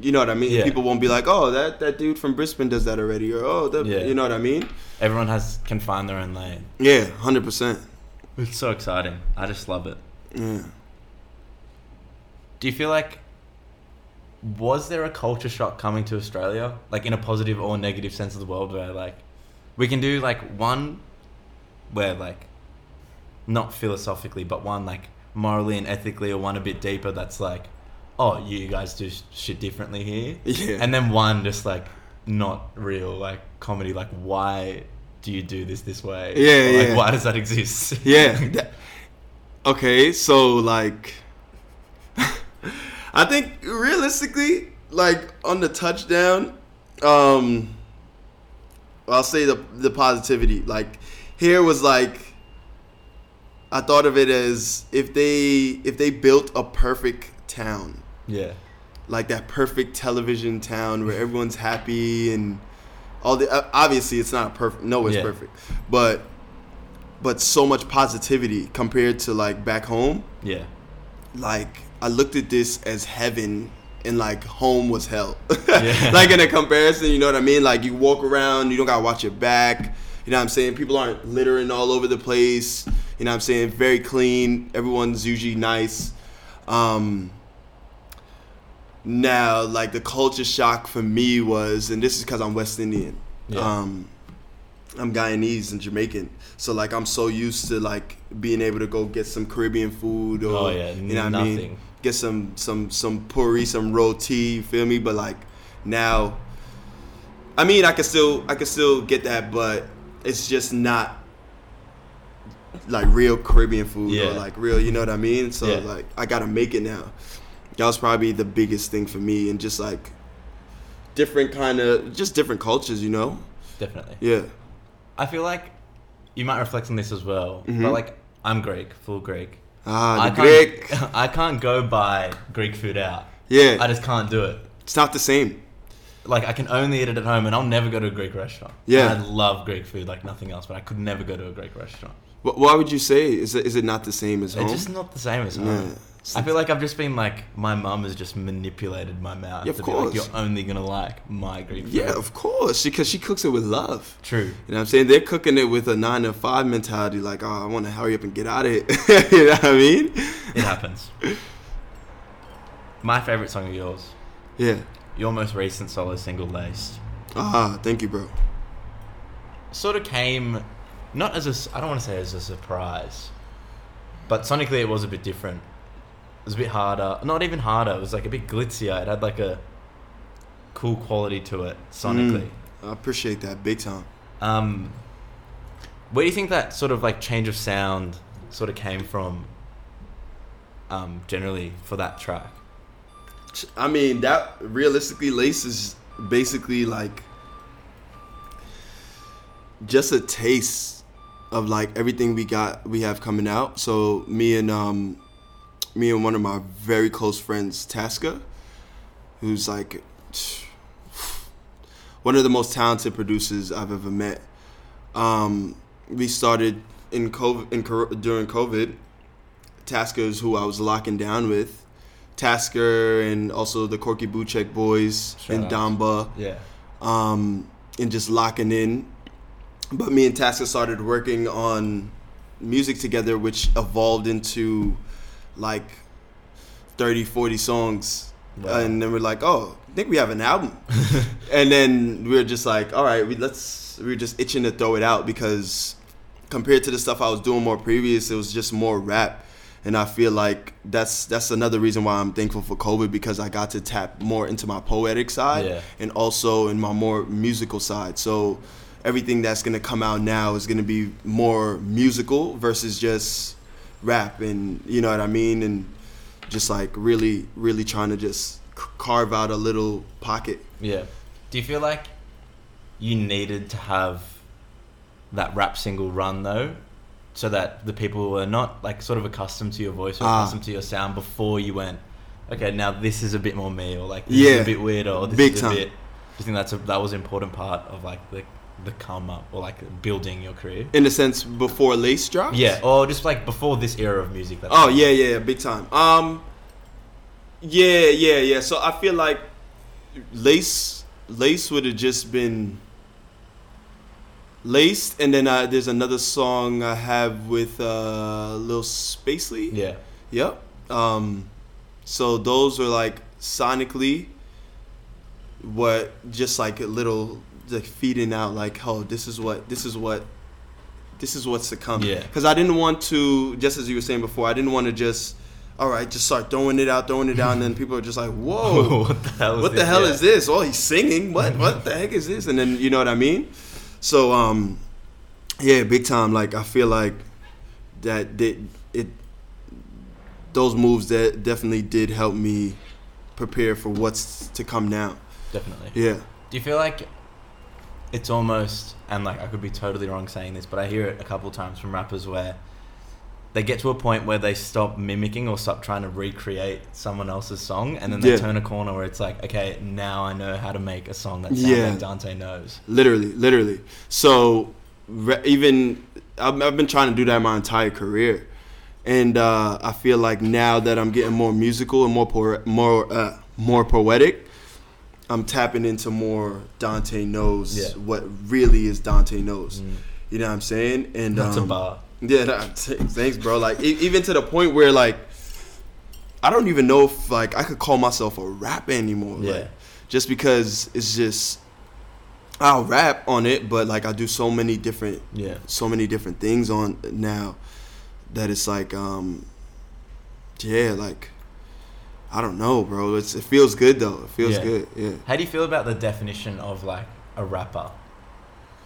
[SPEAKER 2] You know what I mean?
[SPEAKER 1] Yeah.
[SPEAKER 2] People won't be like, "Oh, that, that dude from Brisbane does that already," or "Oh, that,
[SPEAKER 1] Yeah.
[SPEAKER 2] you know what I mean?"
[SPEAKER 1] Everyone has can find their own lane.
[SPEAKER 2] Yeah, hundred percent.
[SPEAKER 1] It's so exciting. I just love it.
[SPEAKER 2] Yeah.
[SPEAKER 1] Do you feel like was there a culture shock coming to Australia, like in a positive or negative sense of the world, where like we can do like one where like not philosophically, but one like morally and ethically, or one a bit deeper that's like, oh, you guys do sh- shit differently here,
[SPEAKER 2] Yeah.
[SPEAKER 1] and then one just like not real like comedy, like why do you do this this way?
[SPEAKER 2] Yeah,
[SPEAKER 1] Or, like,
[SPEAKER 2] yeah.
[SPEAKER 1] Why does that exist?
[SPEAKER 2] Yeah. that- okay, so like I think realistically, like on the touchdown, um I'll say the the positivity. Like here was like I thought of it as if they if they built a perfect town.
[SPEAKER 1] yeah,
[SPEAKER 2] like that perfect television town where everyone's happy and all the uh, obviously it's not perfect no it's
[SPEAKER 1] Yeah.
[SPEAKER 2] perfect but but so much positivity compared to like back home
[SPEAKER 1] yeah,
[SPEAKER 2] like i looked at this as heaven and like home was hell
[SPEAKER 1] Yeah.
[SPEAKER 2] like in a comparison you know what i mean like you walk around you don't gotta watch your back you know what i'm saying people aren't littering all over the place you know what i'm saying very clean everyone's usually nice um now like the culture shock for me was and this is because i'm west indian
[SPEAKER 1] Yeah.
[SPEAKER 2] um i'm guyanese and jamaican so like i'm so used to like being able to go get some caribbean food or
[SPEAKER 1] Oh, yeah,
[SPEAKER 2] you know what i
[SPEAKER 1] nothing.
[SPEAKER 2] mean get some some some puri some roti you feel me but like now i mean i can still i can still get that but it's just not like real caribbean food
[SPEAKER 1] Yeah.
[SPEAKER 2] or like real you know what i mean so
[SPEAKER 1] Yeah.
[SPEAKER 2] like i gotta make it now that was probably the biggest thing for me and just like different kind of just different cultures you know
[SPEAKER 1] definitely.
[SPEAKER 2] yeah
[SPEAKER 1] I feel like you might reflect on this as well,
[SPEAKER 2] Mhm.
[SPEAKER 1] but like I'm Greek, full Greek.
[SPEAKER 2] ah the
[SPEAKER 1] can't,
[SPEAKER 2] greek
[SPEAKER 1] I can't go buy Greek food out.
[SPEAKER 2] yeah
[SPEAKER 1] I just can't do it.
[SPEAKER 2] it's not the same
[SPEAKER 1] Like I can only eat it at home, and I'll never go to a Greek restaurant.
[SPEAKER 2] Yeah.
[SPEAKER 1] And I love Greek food like nothing else, but I could never go to a Greek restaurant.
[SPEAKER 2] Wh- why would you say is it, is it not the same as home
[SPEAKER 1] It's just not the same as
[SPEAKER 2] Nah,
[SPEAKER 1] home.
[SPEAKER 2] it's
[SPEAKER 1] I
[SPEAKER 2] not-
[SPEAKER 1] feel like I've just been like my mum has just manipulated my mouth
[SPEAKER 2] Yeah, of
[SPEAKER 1] to
[SPEAKER 2] course.
[SPEAKER 1] be like you're only gonna like my Greek food.
[SPEAKER 2] yeah of course because she cooks it with love
[SPEAKER 1] True.
[SPEAKER 2] you know what I'm saying? They're cooking it with a nine to five mentality, like, oh, I want to hurry up and get out of here. you know what I mean?
[SPEAKER 1] It happens. my favorite song of yours,
[SPEAKER 2] Yeah.
[SPEAKER 1] your most recent solo single, Laced.
[SPEAKER 2] Ah, thank you, bro.
[SPEAKER 1] sort of came not as a s- I don't want to say as a surprise, but sonically it was a bit different. It was a bit harder, not even harder. It was like a bit glitzier. It had like a cool quality to it sonically.
[SPEAKER 2] I appreciate that big time.
[SPEAKER 1] Um, where do you think that sort of like change of sound sort of came from? Um, generally for that track,
[SPEAKER 2] I mean, that realistically, Lace is basically like just a taste of like everything we got, we have coming out. So me and um, me and one of my very close friends, Tasca, who's like one of the most talented producers I've ever met. Um, we started in COVID in, cor- during COVID. Tasker is who I was locking down with. Tasker and also the Corky Buchek boys
[SPEAKER 1] Shout
[SPEAKER 2] and
[SPEAKER 1] out.
[SPEAKER 2] Damba
[SPEAKER 1] yeah,
[SPEAKER 2] um, and just locking in. But me and Tasca started working on music together, which evolved into like 30, 40 songs.
[SPEAKER 1] Wow.
[SPEAKER 2] And then we're like, oh, I think we have an album. and then we are just like, all right, we, let's, we were just itching to throw it out because compared to the stuff I was doing more previous, it was just more rap. and I feel like that's that's another reason why I'm thankful for COVID because I got to tap more into my poetic side
[SPEAKER 1] Yeah.
[SPEAKER 2] and also in my more musical side. So everything that's gonna come out now is gonna be more musical versus just rap and you know what I mean and just like really really trying to just c- carve out a little pocket.
[SPEAKER 1] Yeah. Do you feel like you needed to have that rap single run though, so that the people were not like sort of accustomed to your voice or
[SPEAKER 2] Ah.
[SPEAKER 1] accustomed to your sound before you went, okay, now this is a bit more me or like this is
[SPEAKER 2] Yeah.
[SPEAKER 1] a bit weirder or this
[SPEAKER 2] Big
[SPEAKER 1] is a
[SPEAKER 2] time.
[SPEAKER 1] bit. Do you think that's a, that was an important part of like the the come up or like building your career?
[SPEAKER 2] In a sense, before Lace drops.
[SPEAKER 1] Yeah, or just like before this era of music. That's
[SPEAKER 2] Oh yeah, yeah, yeah, big time. Um, yeah, yeah, yeah. So I feel like lace, lace would have just been laced, and then I, there's another song I have with uh, Lil Spacely.
[SPEAKER 1] Yeah.
[SPEAKER 2] Yep. Um, so those were like sonically what just like a little like feeding out like oh this is what this is what this is what's to come
[SPEAKER 1] Yeah.
[SPEAKER 2] because i didn't want to just as you were saying before i didn't want to just all right just start throwing it out throwing it out and then people are just like whoa
[SPEAKER 1] what the hell? Is
[SPEAKER 2] what
[SPEAKER 1] this?
[SPEAKER 2] the hell
[SPEAKER 1] Yeah.
[SPEAKER 2] is this? Oh, he's singing. What? What the heck is this? And then you know what I mean. So um, yeah, big time. Like I feel like that did it. Those moves that definitely did help me prepare for what's to come now.
[SPEAKER 1] Definitely.
[SPEAKER 2] Yeah.
[SPEAKER 1] Do you feel like it's almost and like I could be totally wrong saying this, but I hear it a couple times from rappers where they get to a point where they stop mimicking or stop trying to recreate someone else's song, and then they
[SPEAKER 2] Yeah.
[SPEAKER 1] turn a corner where it's like, okay, now I know how to make a song that sounds
[SPEAKER 2] Yeah.
[SPEAKER 1] like Dante knows.
[SPEAKER 2] literally literally so re- even I've, I've been trying to do that my entire career and uh, i feel like now that i'm getting more musical and more po- more uh, more poetic i'm tapping into more dante knows
[SPEAKER 1] Yeah.
[SPEAKER 2] what really is dante knows
[SPEAKER 1] Mm.
[SPEAKER 2] you know what i'm saying and
[SPEAKER 1] That's a
[SPEAKER 2] um,
[SPEAKER 1] bar.
[SPEAKER 2] yeah, nah, t- thanks, bro. Like e- even to the point where like I don't even know if like I could call myself a rapper anymore.
[SPEAKER 1] Yeah.
[SPEAKER 2] Like, just because it's just I'll rap on it, but like I do so many different
[SPEAKER 1] Yeah.
[SPEAKER 2] so many different things on now that it's like um yeah like I don't know, bro. It's it feels good though. It feels
[SPEAKER 1] Yeah.
[SPEAKER 2] good. Yeah.
[SPEAKER 1] How do you feel about the definition of like a rapper?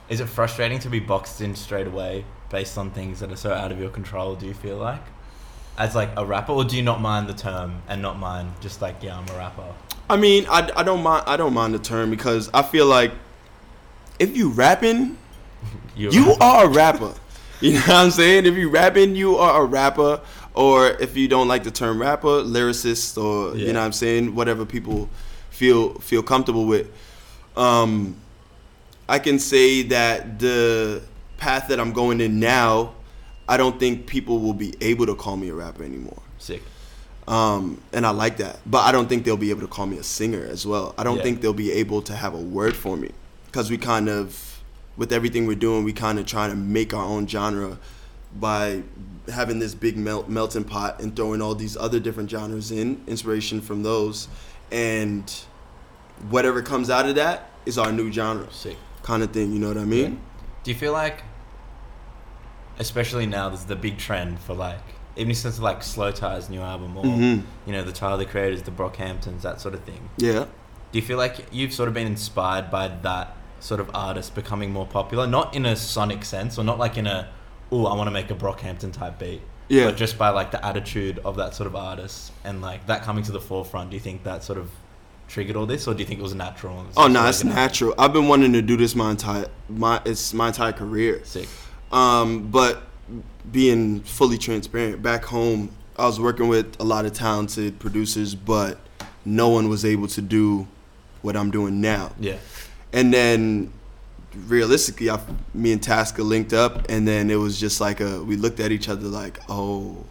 [SPEAKER 1] Is it frustrating to be boxed in straight away based on things that are so out of your control? Do you feel like, as like a rapper, or do you not mind the term and not mind just like yeah, I'm a rapper?
[SPEAKER 2] I mean, I, I don't mind I don't mind the term because I feel like if you rapping
[SPEAKER 1] You're
[SPEAKER 2] You are a rapper. You know what I'm saying? If you rapping, you are a rapper. Or if you don't like the term rapper, lyricist, or
[SPEAKER 1] Yeah.
[SPEAKER 2] you know what I'm saying, whatever people feel feel comfortable with. Um, I can say that the path that I'm going in now, I don't think people will be able to call me a rapper anymore.
[SPEAKER 1] sick.
[SPEAKER 2] Um, and I like that. But I don't think they'll be able to call me a singer as well. I don't
[SPEAKER 1] Yeah.
[SPEAKER 2] think they'll be able to have a word for me because we kind of, with everything we're doing, we kind of trying to make our own genre by having this big melt, melting pot and throwing all these other different genres in, inspiration from those, and whatever comes out of that is our new genre
[SPEAKER 1] Sick.
[SPEAKER 2] kind of thing. You know what I mean?
[SPEAKER 1] Do you feel like, especially now, there's the big trend for like, even since like Slow Tie's new album or
[SPEAKER 2] Mhm.
[SPEAKER 1] you know the Tyler the Creators, the Brockhamptons, that sort of thing.
[SPEAKER 2] Yeah.
[SPEAKER 1] Do you feel like you've sort of been inspired by that sort of artist becoming more popular? Not in a sonic sense, or not like in a, oh, I want to make a Brockhampton type beat.
[SPEAKER 2] Yeah.
[SPEAKER 1] But just by like the attitude of that sort of artist and like that coming to the forefront, do you think that sort of triggered all this, or do you think it was natural? and it's
[SPEAKER 2] Oh
[SPEAKER 1] just
[SPEAKER 2] no,
[SPEAKER 1] like
[SPEAKER 2] it's
[SPEAKER 1] an-
[SPEAKER 2] natural. I've been wanting to do this my entire my it's my entire career.
[SPEAKER 1] Sick.
[SPEAKER 2] Um, but being fully transparent, back home, I was working with a lot of talented producers, but no one was able to do what I'm doing now.
[SPEAKER 1] Yeah.
[SPEAKER 2] And then realistically, I, me and Tasca linked up, and then it was just like a we looked at each other like, oh,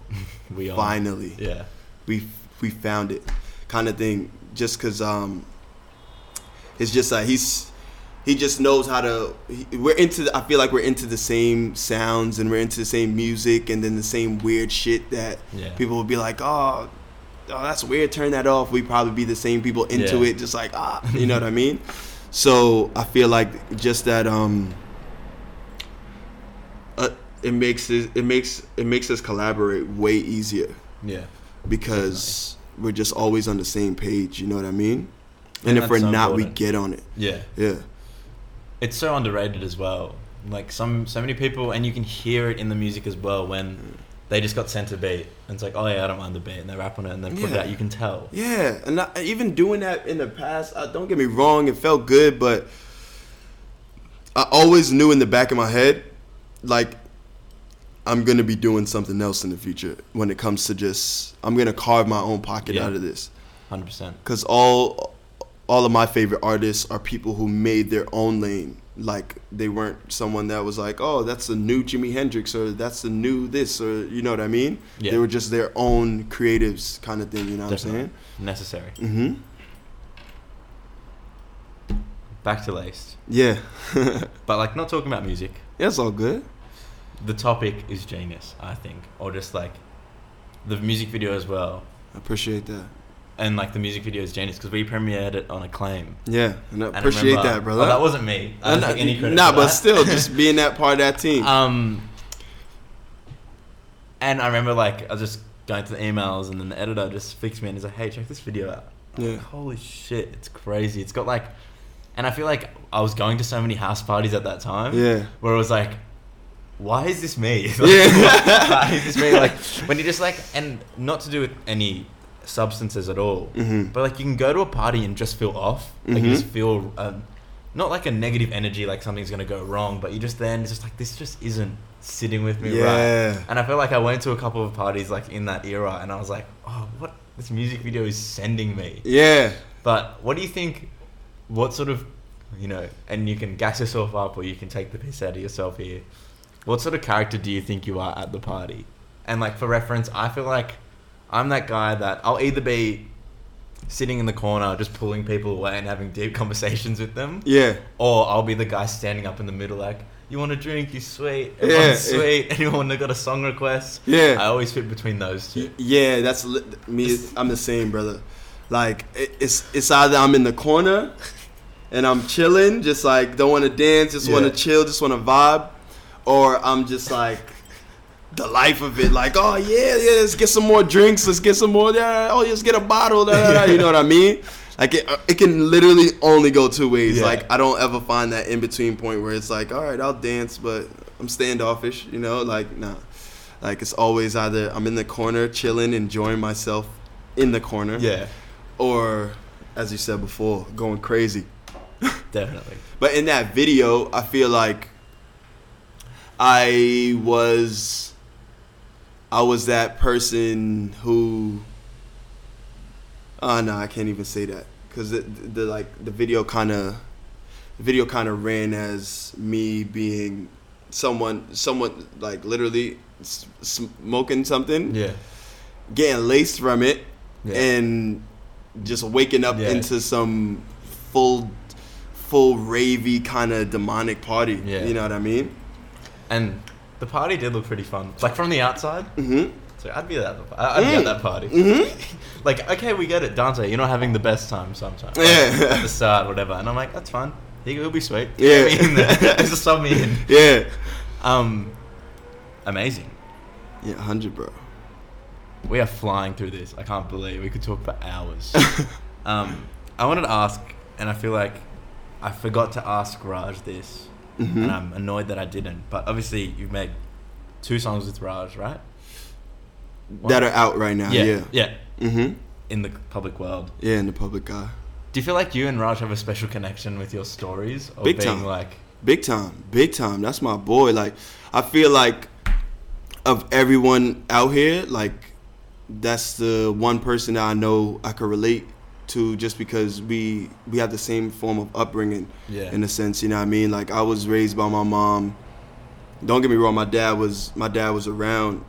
[SPEAKER 1] We are.
[SPEAKER 2] finally
[SPEAKER 1] Yeah.
[SPEAKER 2] we we found it kind of thing just because um it's just like he's he just knows how to he, we're into the, i feel like we're into the same sounds and we're into the same music and then the same weird shit that
[SPEAKER 1] Yeah.
[SPEAKER 2] people would be like oh oh that's weird turn that off we'd probably be the same people into
[SPEAKER 1] Yeah.
[SPEAKER 2] it just like ah you know what i mean so i feel like just that um uh, it makes it, it makes it makes us collaborate way easier
[SPEAKER 1] Yeah.
[SPEAKER 2] because we're just always on the same page. You know what I mean? And, if
[SPEAKER 1] that's
[SPEAKER 2] we're
[SPEAKER 1] so
[SPEAKER 2] not, we
[SPEAKER 1] important.
[SPEAKER 2] get on it.
[SPEAKER 1] Yeah.
[SPEAKER 2] Yeah,
[SPEAKER 1] It's so underrated as well. Like some so many people and you can hear it in the music as well when they just got sent a beat and it's like, Oh yeah, I don't mind the beat and they rap on it and then put it
[SPEAKER 2] Yeah.
[SPEAKER 1] out, you can tell.
[SPEAKER 2] yeah. And I, even doing that in the past, uh don't get me wrong, it felt good, but I always knew in the back of my head, like. I'm gonna be doing something else in the future when it comes to just I'm gonna carve my own pocket
[SPEAKER 1] Yeah.
[SPEAKER 2] out of this.
[SPEAKER 1] Hundred percent.
[SPEAKER 2] because all all of my favorite artists are people who made their own lane like they weren't someone that was like oh that's the new jimi hendrix or that's the new this or you know what i mean
[SPEAKER 1] Yeah.
[SPEAKER 2] they were just their own creatives kind of thing you know
[SPEAKER 1] Definitely. Necessary.
[SPEAKER 2] what i'm saying hmm
[SPEAKER 1] Back to laced.
[SPEAKER 2] yeah
[SPEAKER 1] But like not talking about music.
[SPEAKER 2] that's all good
[SPEAKER 1] The topic is genius, I think. Or just like the music video as well.
[SPEAKER 2] i appreciate that
[SPEAKER 1] And like the music video is genius because we premiered it on Acclaim.
[SPEAKER 2] yeah and i
[SPEAKER 1] And I
[SPEAKER 2] appreciate
[SPEAKER 1] remember-
[SPEAKER 2] that brother
[SPEAKER 1] Oh, that wasn't me. I don't
[SPEAKER 2] And
[SPEAKER 1] take any
[SPEAKER 2] I-
[SPEAKER 1] credit.
[SPEAKER 2] nah,
[SPEAKER 1] for
[SPEAKER 2] but
[SPEAKER 1] that.
[SPEAKER 2] still, just being that part of that team.
[SPEAKER 1] Um, and I remember like I was just going to the emails, and then the editor just fixed me and he's like, "Hey, check this video out." I'm
[SPEAKER 2] Yeah.
[SPEAKER 1] like, Holy shit, it's crazy. It's got like, and I feel like I was going to so many house parties at that time.
[SPEAKER 2] yeah,
[SPEAKER 1] Where it was like, why is this me? Like,
[SPEAKER 2] Yeah.
[SPEAKER 1] why is this me? Like when you just like, and not to do with any substances at all,
[SPEAKER 2] Mhm.
[SPEAKER 1] but like you can go to a party and just feel off. Like you
[SPEAKER 2] Mhm.
[SPEAKER 1] just feel. Um, not like a negative energy, like something's gonna go wrong, but you just then it's just like this just isn't sitting with me right.
[SPEAKER 2] yeah.
[SPEAKER 1] And I feel like I went to a couple of parties like in that era, and I was like, oh, what this music video is sending me.
[SPEAKER 2] yeah.
[SPEAKER 1] But what do you think? What sort of, you know, and you can gas yourself up or you can take the piss out of yourself here. What sort of character do you think you are at the party? And like for reference, I feel like I'm that guy that I'll either be sitting in the corner just pulling people away and having deep conversations with them,
[SPEAKER 2] yeah.
[SPEAKER 1] or I'll be the guy standing up in the middle like, you want a drink? You sweet.
[SPEAKER 2] Yeah,
[SPEAKER 1] Everyone's
[SPEAKER 2] yeah.
[SPEAKER 1] sweet. Anyone that got a song request?
[SPEAKER 2] Yeah.
[SPEAKER 1] I always fit between those two.
[SPEAKER 2] Yeah, that's li- me. I'm the same, brother. Like it, it's it's either I'm in the corner, and I'm chilling, just like don't want to dance, just want
[SPEAKER 1] Yeah.
[SPEAKER 2] to chill, just want to vibe, or I'm just like the life of it. Like oh yeah, yeah, let's get some more drinks, let's get some more. Yeah, oh let's get a bottle. Da, da, da, You know what I mean? Like it, uh, it can literally only go two ways.
[SPEAKER 1] Yeah.
[SPEAKER 2] Like I don't ever find that in between point where it's like, all right, I'll dance, but I'm standoffish. You know, like nah. Like it's always either I'm in the corner chilling, enjoying myself in the corner,
[SPEAKER 1] Yeah,
[SPEAKER 2] or as you said before, going crazy.
[SPEAKER 1] definitely.
[SPEAKER 2] But in that video, I feel like I was I was that person who Oh no, I can't even say that cuz the, the like the video kind of the video kind of ran as me being someone someone like literally s- smoking something
[SPEAKER 1] Yeah.
[SPEAKER 2] getting laced from it
[SPEAKER 1] Yeah.
[SPEAKER 2] and just waking up
[SPEAKER 1] Yeah.
[SPEAKER 2] into some full full ravey kind of demonic party
[SPEAKER 1] Yeah.
[SPEAKER 2] you know what i mean
[SPEAKER 1] And the party did look pretty fun. Like from the outside,
[SPEAKER 2] hmm
[SPEAKER 1] so I'd be at that. I'd be at
[SPEAKER 2] Mm.
[SPEAKER 1] that party.
[SPEAKER 2] Mhm.
[SPEAKER 1] Like, okay, we get it, Dante. You're not having the best time sometimes. Like,
[SPEAKER 2] Yeah.
[SPEAKER 1] At the start, whatever. And I'm like, that's fine. He, he'll be sweet.
[SPEAKER 2] Yeah.
[SPEAKER 1] Let me in there. Just sub me in.
[SPEAKER 2] yeah
[SPEAKER 1] Um, amazing.
[SPEAKER 2] yeah 100 bro
[SPEAKER 1] We are flying through this. I can't believe we could talk for hours. um, I wanted to ask, and I feel like I forgot to ask Raj this,
[SPEAKER 2] Mhm.
[SPEAKER 1] and I'm annoyed that I didn't. But obviously, you've made two songs with Raj, right?
[SPEAKER 2] that are out right now yeah
[SPEAKER 1] yeah,
[SPEAKER 2] Uh, yeah,
[SPEAKER 1] yeah,
[SPEAKER 2] hmm
[SPEAKER 1] in the public world.
[SPEAKER 2] yeah in the public eye
[SPEAKER 1] Do you feel like you and Raj have a special connection with your stories of
[SPEAKER 2] Big
[SPEAKER 1] being
[SPEAKER 2] time.
[SPEAKER 1] like,
[SPEAKER 2] Big time, big time. That's my boy. Like, I feel like of everyone out here, like that's the one person that I know I could relate to, just because we we have the same form of upbringing,
[SPEAKER 1] yeah,
[SPEAKER 2] in a sense. You know what I mean? Like, I was raised by my mom. Don't get me wrong. My dad was my dad was around,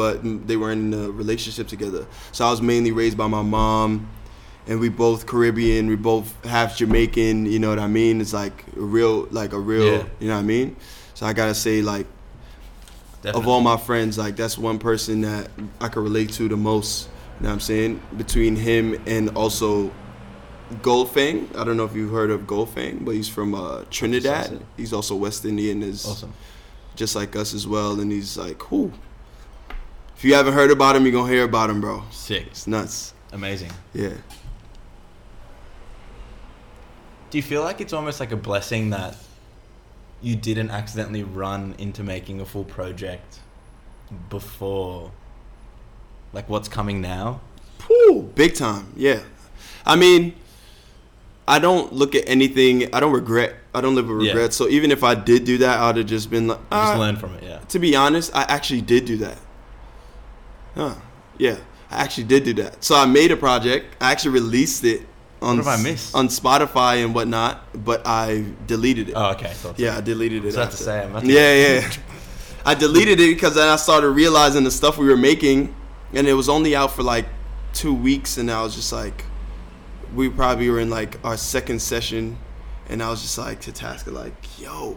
[SPEAKER 2] but they weren't in a relationship together. So I was mainly raised by my mom and we both Caribbean, we both half Jamaican, you know what I mean? It's like a real like a real
[SPEAKER 1] Yeah.
[SPEAKER 2] you know what I mean? So I gotta say like
[SPEAKER 1] definitely.
[SPEAKER 2] of all my friends, like that's one person that I could relate to the most. You know what I'm saying? Between him and also Goldfang. I don't know if you've heard of Goldfang, but he's from uh, Trinidad.
[SPEAKER 1] Awesome.
[SPEAKER 2] He's also West Indian. Is
[SPEAKER 1] awesome.
[SPEAKER 2] just like us as well. And he's like, who? If you haven't heard about him, you're gonna hear about him, bro.
[SPEAKER 1] Sick.
[SPEAKER 2] It's nuts.
[SPEAKER 1] Amazing.
[SPEAKER 2] Yeah.
[SPEAKER 1] Do you feel like it's almost like a blessing that you didn't accidentally run into making a full project before? Like what's coming now?
[SPEAKER 2] Whew, big time. Yeah. I mean, I don't look at anything. I don't regret. I don't live with
[SPEAKER 1] Yeah.
[SPEAKER 2] regret. So even if I did do that, I'd have just been like,
[SPEAKER 1] You just
[SPEAKER 2] "Ah."
[SPEAKER 1] learn from it, yeah.
[SPEAKER 2] to be honest, I actually did do that. Huh? Yeah, I actually did do that. So I made a project. I actually released it on
[SPEAKER 1] What have I
[SPEAKER 2] s-
[SPEAKER 1] missed?
[SPEAKER 2] on Spotify and whatnot, but I deleted it.
[SPEAKER 1] Oh, okay. Cool.
[SPEAKER 2] Yeah, I deleted it.
[SPEAKER 1] So that's
[SPEAKER 2] after.
[SPEAKER 1] the same. That's
[SPEAKER 2] yeah, yeah. I deleted it because then I started realizing the stuff we were making, and it was only out for like two weeks, and I was just like, we probably were in like our second session, and I was just like to Tasker like, yo,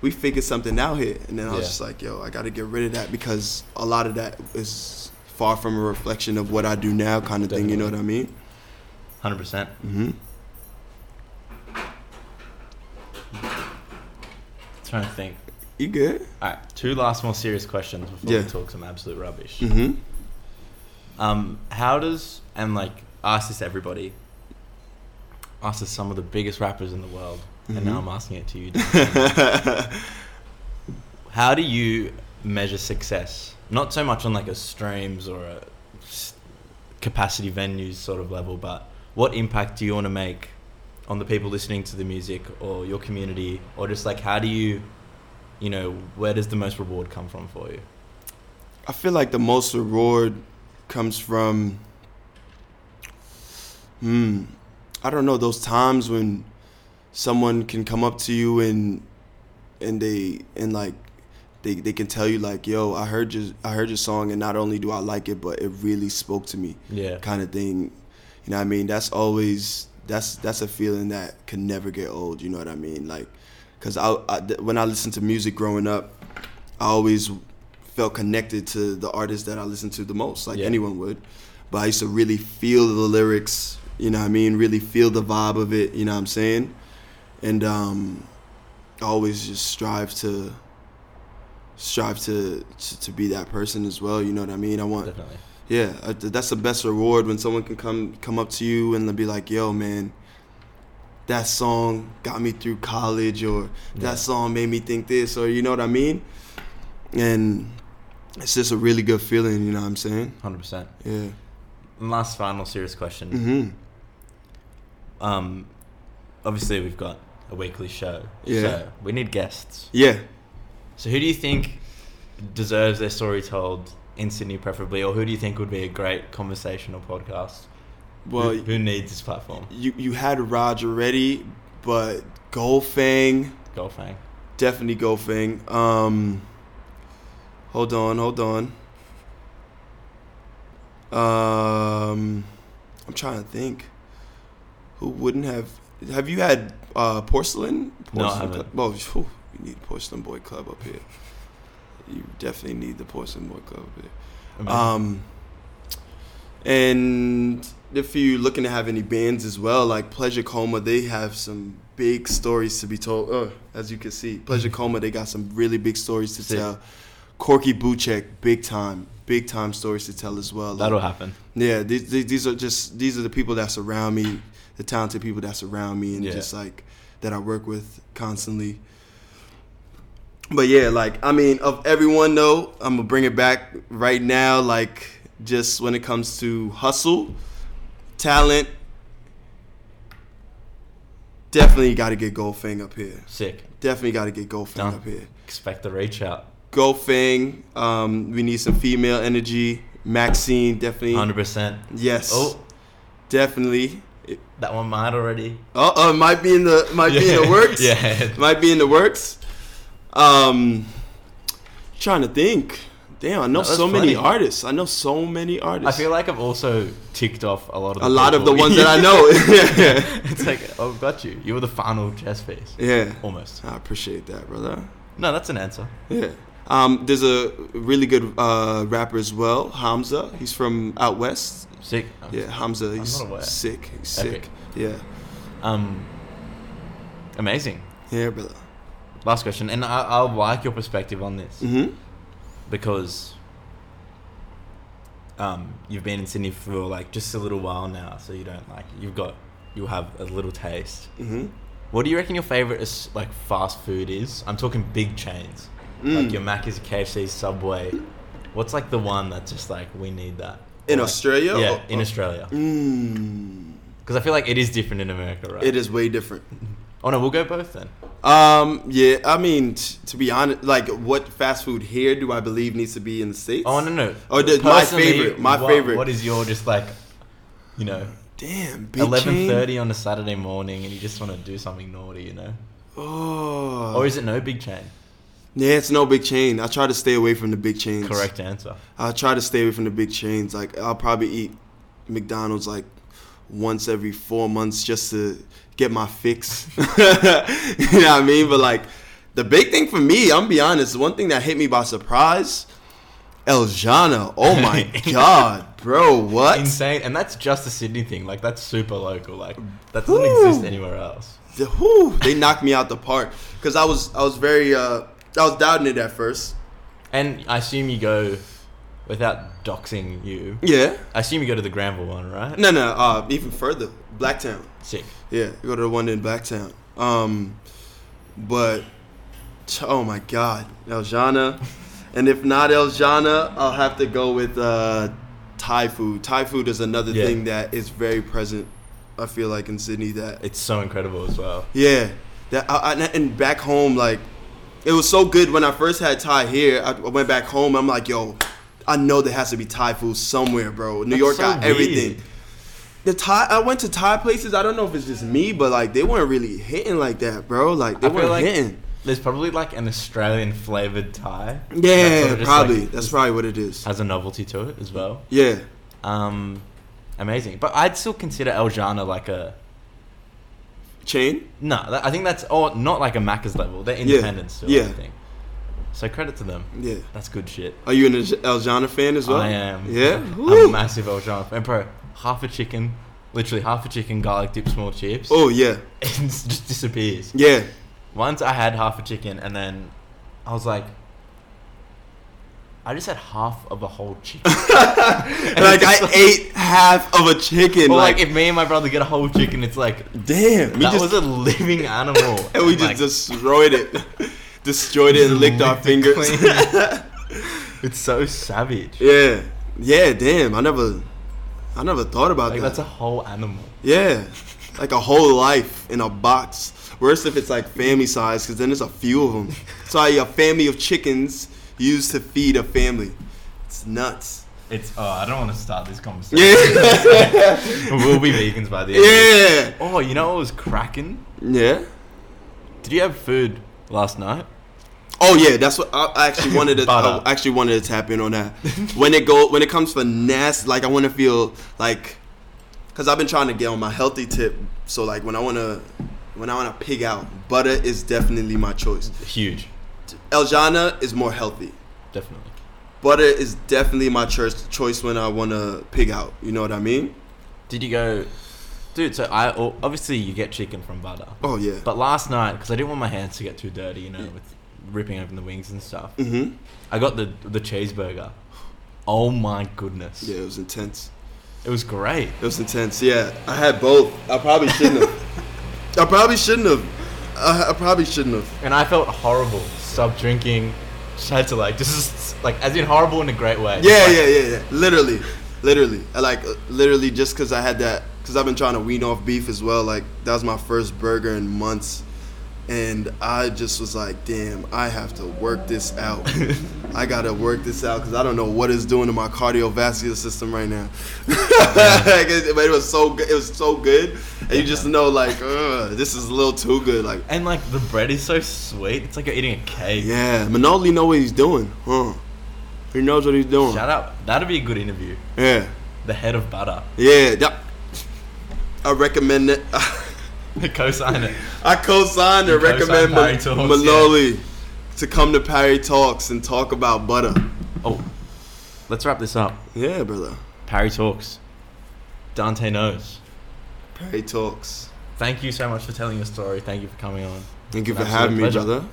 [SPEAKER 2] we figured something out here, and then I was
[SPEAKER 1] Yeah.
[SPEAKER 2] just like, yo, I got to get rid of that because a lot of that is far from a reflection of what I do now, kind of thing. You know what I mean?
[SPEAKER 1] Hundred percent.
[SPEAKER 2] Mm-hmm.
[SPEAKER 1] Trying to think.
[SPEAKER 2] You good?
[SPEAKER 1] All right, two last more serious questions before
[SPEAKER 2] Yeah.
[SPEAKER 1] we talk some absolute rubbish.
[SPEAKER 2] Mm-hmm.
[SPEAKER 1] Um, how does and like ask this to everybody. Ask this to some of the biggest rappers in the world, and now
[SPEAKER 2] Mhm.
[SPEAKER 1] I'm asking it to you. Dan. how do you measure success? Not so much on like a streams or a s- capacity venues sort of level, but what impact do you want to make on the people listening to the music or your community, or just like how do you, you know, where does the most reward come from for you?
[SPEAKER 2] I feel like the most reward comes from, hmm, I don't know those times when someone can come up to you and and they and like they they can tell you like, yo, I heard your I heard your song, and not only do I like it, but it really spoke to me,
[SPEAKER 1] Yeah,
[SPEAKER 2] kind of thing. You know what I mean? That's always that's that's a feeling that can never get old. You know what I mean? Like, cause I, I th- when I listened to music growing up, I always felt connected to the artists that I listened to the most, like
[SPEAKER 1] Yeah.
[SPEAKER 2] anyone would. But I used to really feel the lyrics, you know what I mean? Really feel the vibe of it, you know what I'm saying? And um, I always just strive to strive to, to to be that person as well. You know what I mean? I want
[SPEAKER 1] definitely.
[SPEAKER 2] yeah, I- th- that's the best reward when someone can come come up to you and be like, "Yo, man, that song got me through college," or
[SPEAKER 1] Yeah.
[SPEAKER 2] "That song made me think this," or you know what I mean. And it's just a really good feeling, you know what I'm saying?
[SPEAKER 1] Hundred percent.
[SPEAKER 2] Yeah.
[SPEAKER 1] And last final serious question.
[SPEAKER 2] hmm
[SPEAKER 1] Um, obviously we've got a weekly show,
[SPEAKER 2] Yeah.
[SPEAKER 1] so we need guests.
[SPEAKER 2] Yeah.
[SPEAKER 1] So who do you think deserves their story told in Sydney, preferably, or who do you think would be a great conversational podcast?
[SPEAKER 2] Well,
[SPEAKER 1] who, who needs this platform?
[SPEAKER 2] you you had Roger ready, but Goldfang.
[SPEAKER 1] Golfang.
[SPEAKER 2] Definitely go Fang. Um, hold on, hold on. Um, I'm trying to think. Who wouldn't have? Have you had uh, porcelain?
[SPEAKER 1] No, I
[SPEAKER 2] porcelain
[SPEAKER 1] haven't.
[SPEAKER 2] Club? Well, phew, you need porcelain boy club up here. You definitely need the porcelain boy club up here. Um, and if you're looking to have any bands as well, like Pleasure Coma, they have some big stories to be told. Uh, as you can see, Pleasure Coma, they got some really big stories to
[SPEAKER 1] Sick.
[SPEAKER 2] tell. Corky Buchek, big time, big time stories to tell as well. Like,
[SPEAKER 1] That'll happen.
[SPEAKER 2] yeah, these, these these are just these are the people that surround me, the talented people that surround me, and
[SPEAKER 1] Yeah.
[SPEAKER 2] just like that I work with constantly. But yeah, like I mean, of everyone though, I'm gonna bring it back right now. Like just when it comes to hustle, talent, definitely got to get Goldfang up here.
[SPEAKER 1] Sick.
[SPEAKER 2] Definitely got to get Goldfang
[SPEAKER 1] Done.
[SPEAKER 2] up here.
[SPEAKER 1] Expect the reach out.
[SPEAKER 2] Goldfang, um, we need some female energy. Maxine, definitely.
[SPEAKER 1] Hundred percent.
[SPEAKER 2] Yes.
[SPEAKER 1] Oh,
[SPEAKER 2] Definitely.
[SPEAKER 1] that one might already.
[SPEAKER 2] Uh oh, might be in the might be in the works.
[SPEAKER 1] Yeah.
[SPEAKER 2] Might be in the works. Um trying to think. Damn, I
[SPEAKER 1] No,
[SPEAKER 2] know
[SPEAKER 1] that's
[SPEAKER 2] so many
[SPEAKER 1] plenty.
[SPEAKER 2] artists. I know so many
[SPEAKER 1] I
[SPEAKER 2] artists.
[SPEAKER 1] feel like I've also ticked off a lot of
[SPEAKER 2] a lot of the
[SPEAKER 1] people.
[SPEAKER 2] ones that I know. yeah.
[SPEAKER 1] it's like oh, I've got you. You were the final chess piece.
[SPEAKER 2] yeah.
[SPEAKER 1] Almost.
[SPEAKER 2] I appreciate that, brother.
[SPEAKER 1] No, that's an answer.
[SPEAKER 2] Yeah. Um, there's a really good uh, rapper as well, Hamza. He's from out west.
[SPEAKER 1] Sick.
[SPEAKER 2] Yeah, Hamza. He's
[SPEAKER 1] not aware.
[SPEAKER 2] sick. He's sick.
[SPEAKER 1] Epic.
[SPEAKER 2] Yeah.
[SPEAKER 1] Um. Amazing.
[SPEAKER 2] Yeah, brother.
[SPEAKER 1] Last question, and I, I like your perspective on this
[SPEAKER 2] Mm-hmm.
[SPEAKER 1] because um, you've been in Sydney for like just a little while now, so you don't like you've got you'll have a little taste.
[SPEAKER 2] Mm-hmm.
[SPEAKER 1] What do you reckon your favorite is like fast food is? I'm talking big chains,
[SPEAKER 2] Mm.
[SPEAKER 1] like your Macca's, KFC, Subway. What's like the one that's just like we need that
[SPEAKER 2] In
[SPEAKER 1] Or, like-
[SPEAKER 2] Australia? Oh,
[SPEAKER 1] Yeah,
[SPEAKER 2] or-
[SPEAKER 1] in
[SPEAKER 2] or-
[SPEAKER 1] Australia,
[SPEAKER 2] Mm,
[SPEAKER 1] because I feel like it is different in America, right?
[SPEAKER 2] it is way different.
[SPEAKER 1] Oh no, we'll go both then.
[SPEAKER 2] Um, yeah, I mean, t- to be honest, like, what fast food here do I believe needs to be in the states?
[SPEAKER 1] Oh no, no.
[SPEAKER 2] Oh, the- my
[SPEAKER 1] Personally,
[SPEAKER 2] favorite, my
[SPEAKER 1] what-
[SPEAKER 2] favorite.
[SPEAKER 1] What is your just like, you know,
[SPEAKER 2] Damn, big
[SPEAKER 1] eleven
[SPEAKER 2] chain?
[SPEAKER 1] thirty on a Saturday morning, and you just want to do something naughty, you know?
[SPEAKER 2] Oh,
[SPEAKER 1] Or is it no big chain?
[SPEAKER 2] yeah, it's no big chain. I try to stay away from the big chains.
[SPEAKER 1] Correct answer.
[SPEAKER 2] I try to stay away from the big chains. Like I'll probably eat McDonald's like once every four months just to get my fix. you know what I mean? But like the big thing for me, I'm gonna be honest, one thing that hit me by surprise, El Jana. Oh my god, bro, what?
[SPEAKER 1] Insane, and that's just a Sydney thing. Like that's super local. Like that doesn't
[SPEAKER 2] Woo.
[SPEAKER 1] exist anywhere else.
[SPEAKER 2] the, whew, they knocked me out the park because I was I was very uh, I was doubting it at first.
[SPEAKER 1] And I assume you go, without doxing you.
[SPEAKER 2] Yeah.
[SPEAKER 1] I assume you go to the Granville one, right?
[SPEAKER 2] No, no. Uh, even further, Blacktown.
[SPEAKER 1] Sick.
[SPEAKER 2] Yeah, go to the one in Blacktown. Um, but t- oh my God, El Jana, and if not El Jana, I'll have to go with uh, Thai food. Thai food is another
[SPEAKER 1] Yeah.
[SPEAKER 2] thing that is very present. I feel like in Sydney that
[SPEAKER 1] It's so incredible as well.
[SPEAKER 2] yeah that I, I, and back home like it was so good when I first had Thai here. I, I went back home. I'm like, yo, I know there has to be Thai food somewhere, bro. New
[SPEAKER 1] That's
[SPEAKER 2] York
[SPEAKER 1] so
[SPEAKER 2] got everything.
[SPEAKER 1] weird.
[SPEAKER 2] The Thai, I went to Thai places. I don't know if it's just me, but like they weren't really hitting like that, bro. Like they
[SPEAKER 1] I feel
[SPEAKER 2] weren't
[SPEAKER 1] like-
[SPEAKER 2] hitting.
[SPEAKER 1] There's probably like an Australian flavored Thai. That's
[SPEAKER 2] Yeah,
[SPEAKER 1] sort of just,
[SPEAKER 2] probably.
[SPEAKER 1] like,
[SPEAKER 2] That's probably what it is.
[SPEAKER 1] has a novelty to it as well.
[SPEAKER 2] Yeah,
[SPEAKER 1] Um, amazing. But I'd still consider El Jana like a
[SPEAKER 2] chain.
[SPEAKER 1] no. that- I think that's or not like a Macca's level. They're
[SPEAKER 2] Yeah,
[SPEAKER 1] independent still.
[SPEAKER 2] yeah.
[SPEAKER 1] I think. So credit to them.
[SPEAKER 2] Yeah.
[SPEAKER 1] That's good shit.
[SPEAKER 2] Are you an El Jana fan as well?
[SPEAKER 1] I am.
[SPEAKER 2] Yeah.
[SPEAKER 1] I'm a
[SPEAKER 2] Woo.
[SPEAKER 1] massive El Jana fan, bro. Half a chicken, literally half a chicken, garlic dip, small chips.
[SPEAKER 2] Oh yeah,
[SPEAKER 1] It just disappears.
[SPEAKER 2] yeah.
[SPEAKER 1] Once I had half a chicken, and then I was like. I just had half of a whole chicken. And
[SPEAKER 2] Like
[SPEAKER 1] it's
[SPEAKER 2] I
[SPEAKER 1] like-
[SPEAKER 2] ate half of a chicken.
[SPEAKER 1] Or like,
[SPEAKER 2] like,
[SPEAKER 1] if me and my brother get a whole chicken, it's like
[SPEAKER 2] damn, we
[SPEAKER 1] Oh, that
[SPEAKER 2] just
[SPEAKER 1] was a living animal.
[SPEAKER 2] And we just
[SPEAKER 1] Like,
[SPEAKER 2] destroyed it. destroyed it and licked our
[SPEAKER 1] licked it
[SPEAKER 2] fingers.
[SPEAKER 1] clean. it's so savage.
[SPEAKER 2] yeah. Yeah, damn. I never I never thought about
[SPEAKER 1] Like
[SPEAKER 2] that.
[SPEAKER 1] that's a whole animal.
[SPEAKER 2] yeah. Like a whole life in a box. Worse if it's like family size cuz then there's a few of them. So I a family of chickens used to feed a family. It's nuts.
[SPEAKER 1] It's oh, I don't want to start this conversation.
[SPEAKER 2] Yeah.
[SPEAKER 1] we'll be vegans by the end.
[SPEAKER 2] yeah.
[SPEAKER 1] Oh, you know what was cracking?
[SPEAKER 2] Yeah.
[SPEAKER 1] Did you have food last night?
[SPEAKER 2] Oh yeah, that's what I I actually wanted to.
[SPEAKER 1] Butter.
[SPEAKER 2] I actually wanted to tap in on that. when it go, when it comes for nasty, like I want to feel like, cause I've been trying to get on my healthy tip. So like when I wanna, when I wanna pig out, butter is definitely my choice.
[SPEAKER 1] Huge,
[SPEAKER 2] Eljana is more healthy.
[SPEAKER 1] definitely.
[SPEAKER 2] Butter is definitely my choice choice when I wanna pig out. You know what I mean?
[SPEAKER 1] Did you go, dude? So I oh, obviously you get chicken from butter,
[SPEAKER 2] Oh yeah.
[SPEAKER 1] but last night because I didn't want my hands to get too dirty, you know, with ripping open the wings and stuff.
[SPEAKER 2] Mhm.
[SPEAKER 1] I got the the cheeseburger. Oh my goodness.
[SPEAKER 2] Yeah, it was intense.
[SPEAKER 1] It was great.
[SPEAKER 2] It was intense. Yeah, I had both. I probably shouldn't have. I probably shouldn't have. I, I probably shouldn't have.
[SPEAKER 1] And I felt horrible. Stopped drinking. Just had to like just just, like as in horrible in a great way.
[SPEAKER 2] Yeah,
[SPEAKER 1] Like,
[SPEAKER 2] yeah, yeah, yeah. Literally, literally. I, Like uh, literally, just because I had that, because I've been trying to wean off beef as well. Like that was my first burger in months, and I just was like, damn, I have to work this out. I gotta work this out because I don't know what it's doing to my cardiovascular system right now. Like, it- but it was so good. It was so good, and you just know like, ugh, this is a little too good. Like,
[SPEAKER 1] And like the bread is so sweet. It's like you're eating a cake.
[SPEAKER 2] yeah, Manoli know what he's doing, huh? He knows what he's doing.
[SPEAKER 1] Shut up. That'd be a good interview.
[SPEAKER 2] Yeah.
[SPEAKER 1] The head of butter.
[SPEAKER 2] Yeah, that, I recommend it.
[SPEAKER 1] Co-sign it.
[SPEAKER 2] I co-signed and
[SPEAKER 1] You co-signed
[SPEAKER 2] recommend
[SPEAKER 1] Parry
[SPEAKER 2] Man-
[SPEAKER 1] Talks,
[SPEAKER 2] Manoli to come to Parry Talks and talk about butter.
[SPEAKER 1] Oh, let's wrap this up.
[SPEAKER 2] Yeah, brother.
[SPEAKER 1] Parry talks. Dante knows.
[SPEAKER 2] Parry Talks.
[SPEAKER 1] Thank you so much for telling your story. Thank you for coming on.
[SPEAKER 2] Thank you for
[SPEAKER 1] Absolute
[SPEAKER 2] having me,
[SPEAKER 1] pleasure.
[SPEAKER 2] brother.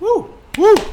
[SPEAKER 1] Woo! Woo!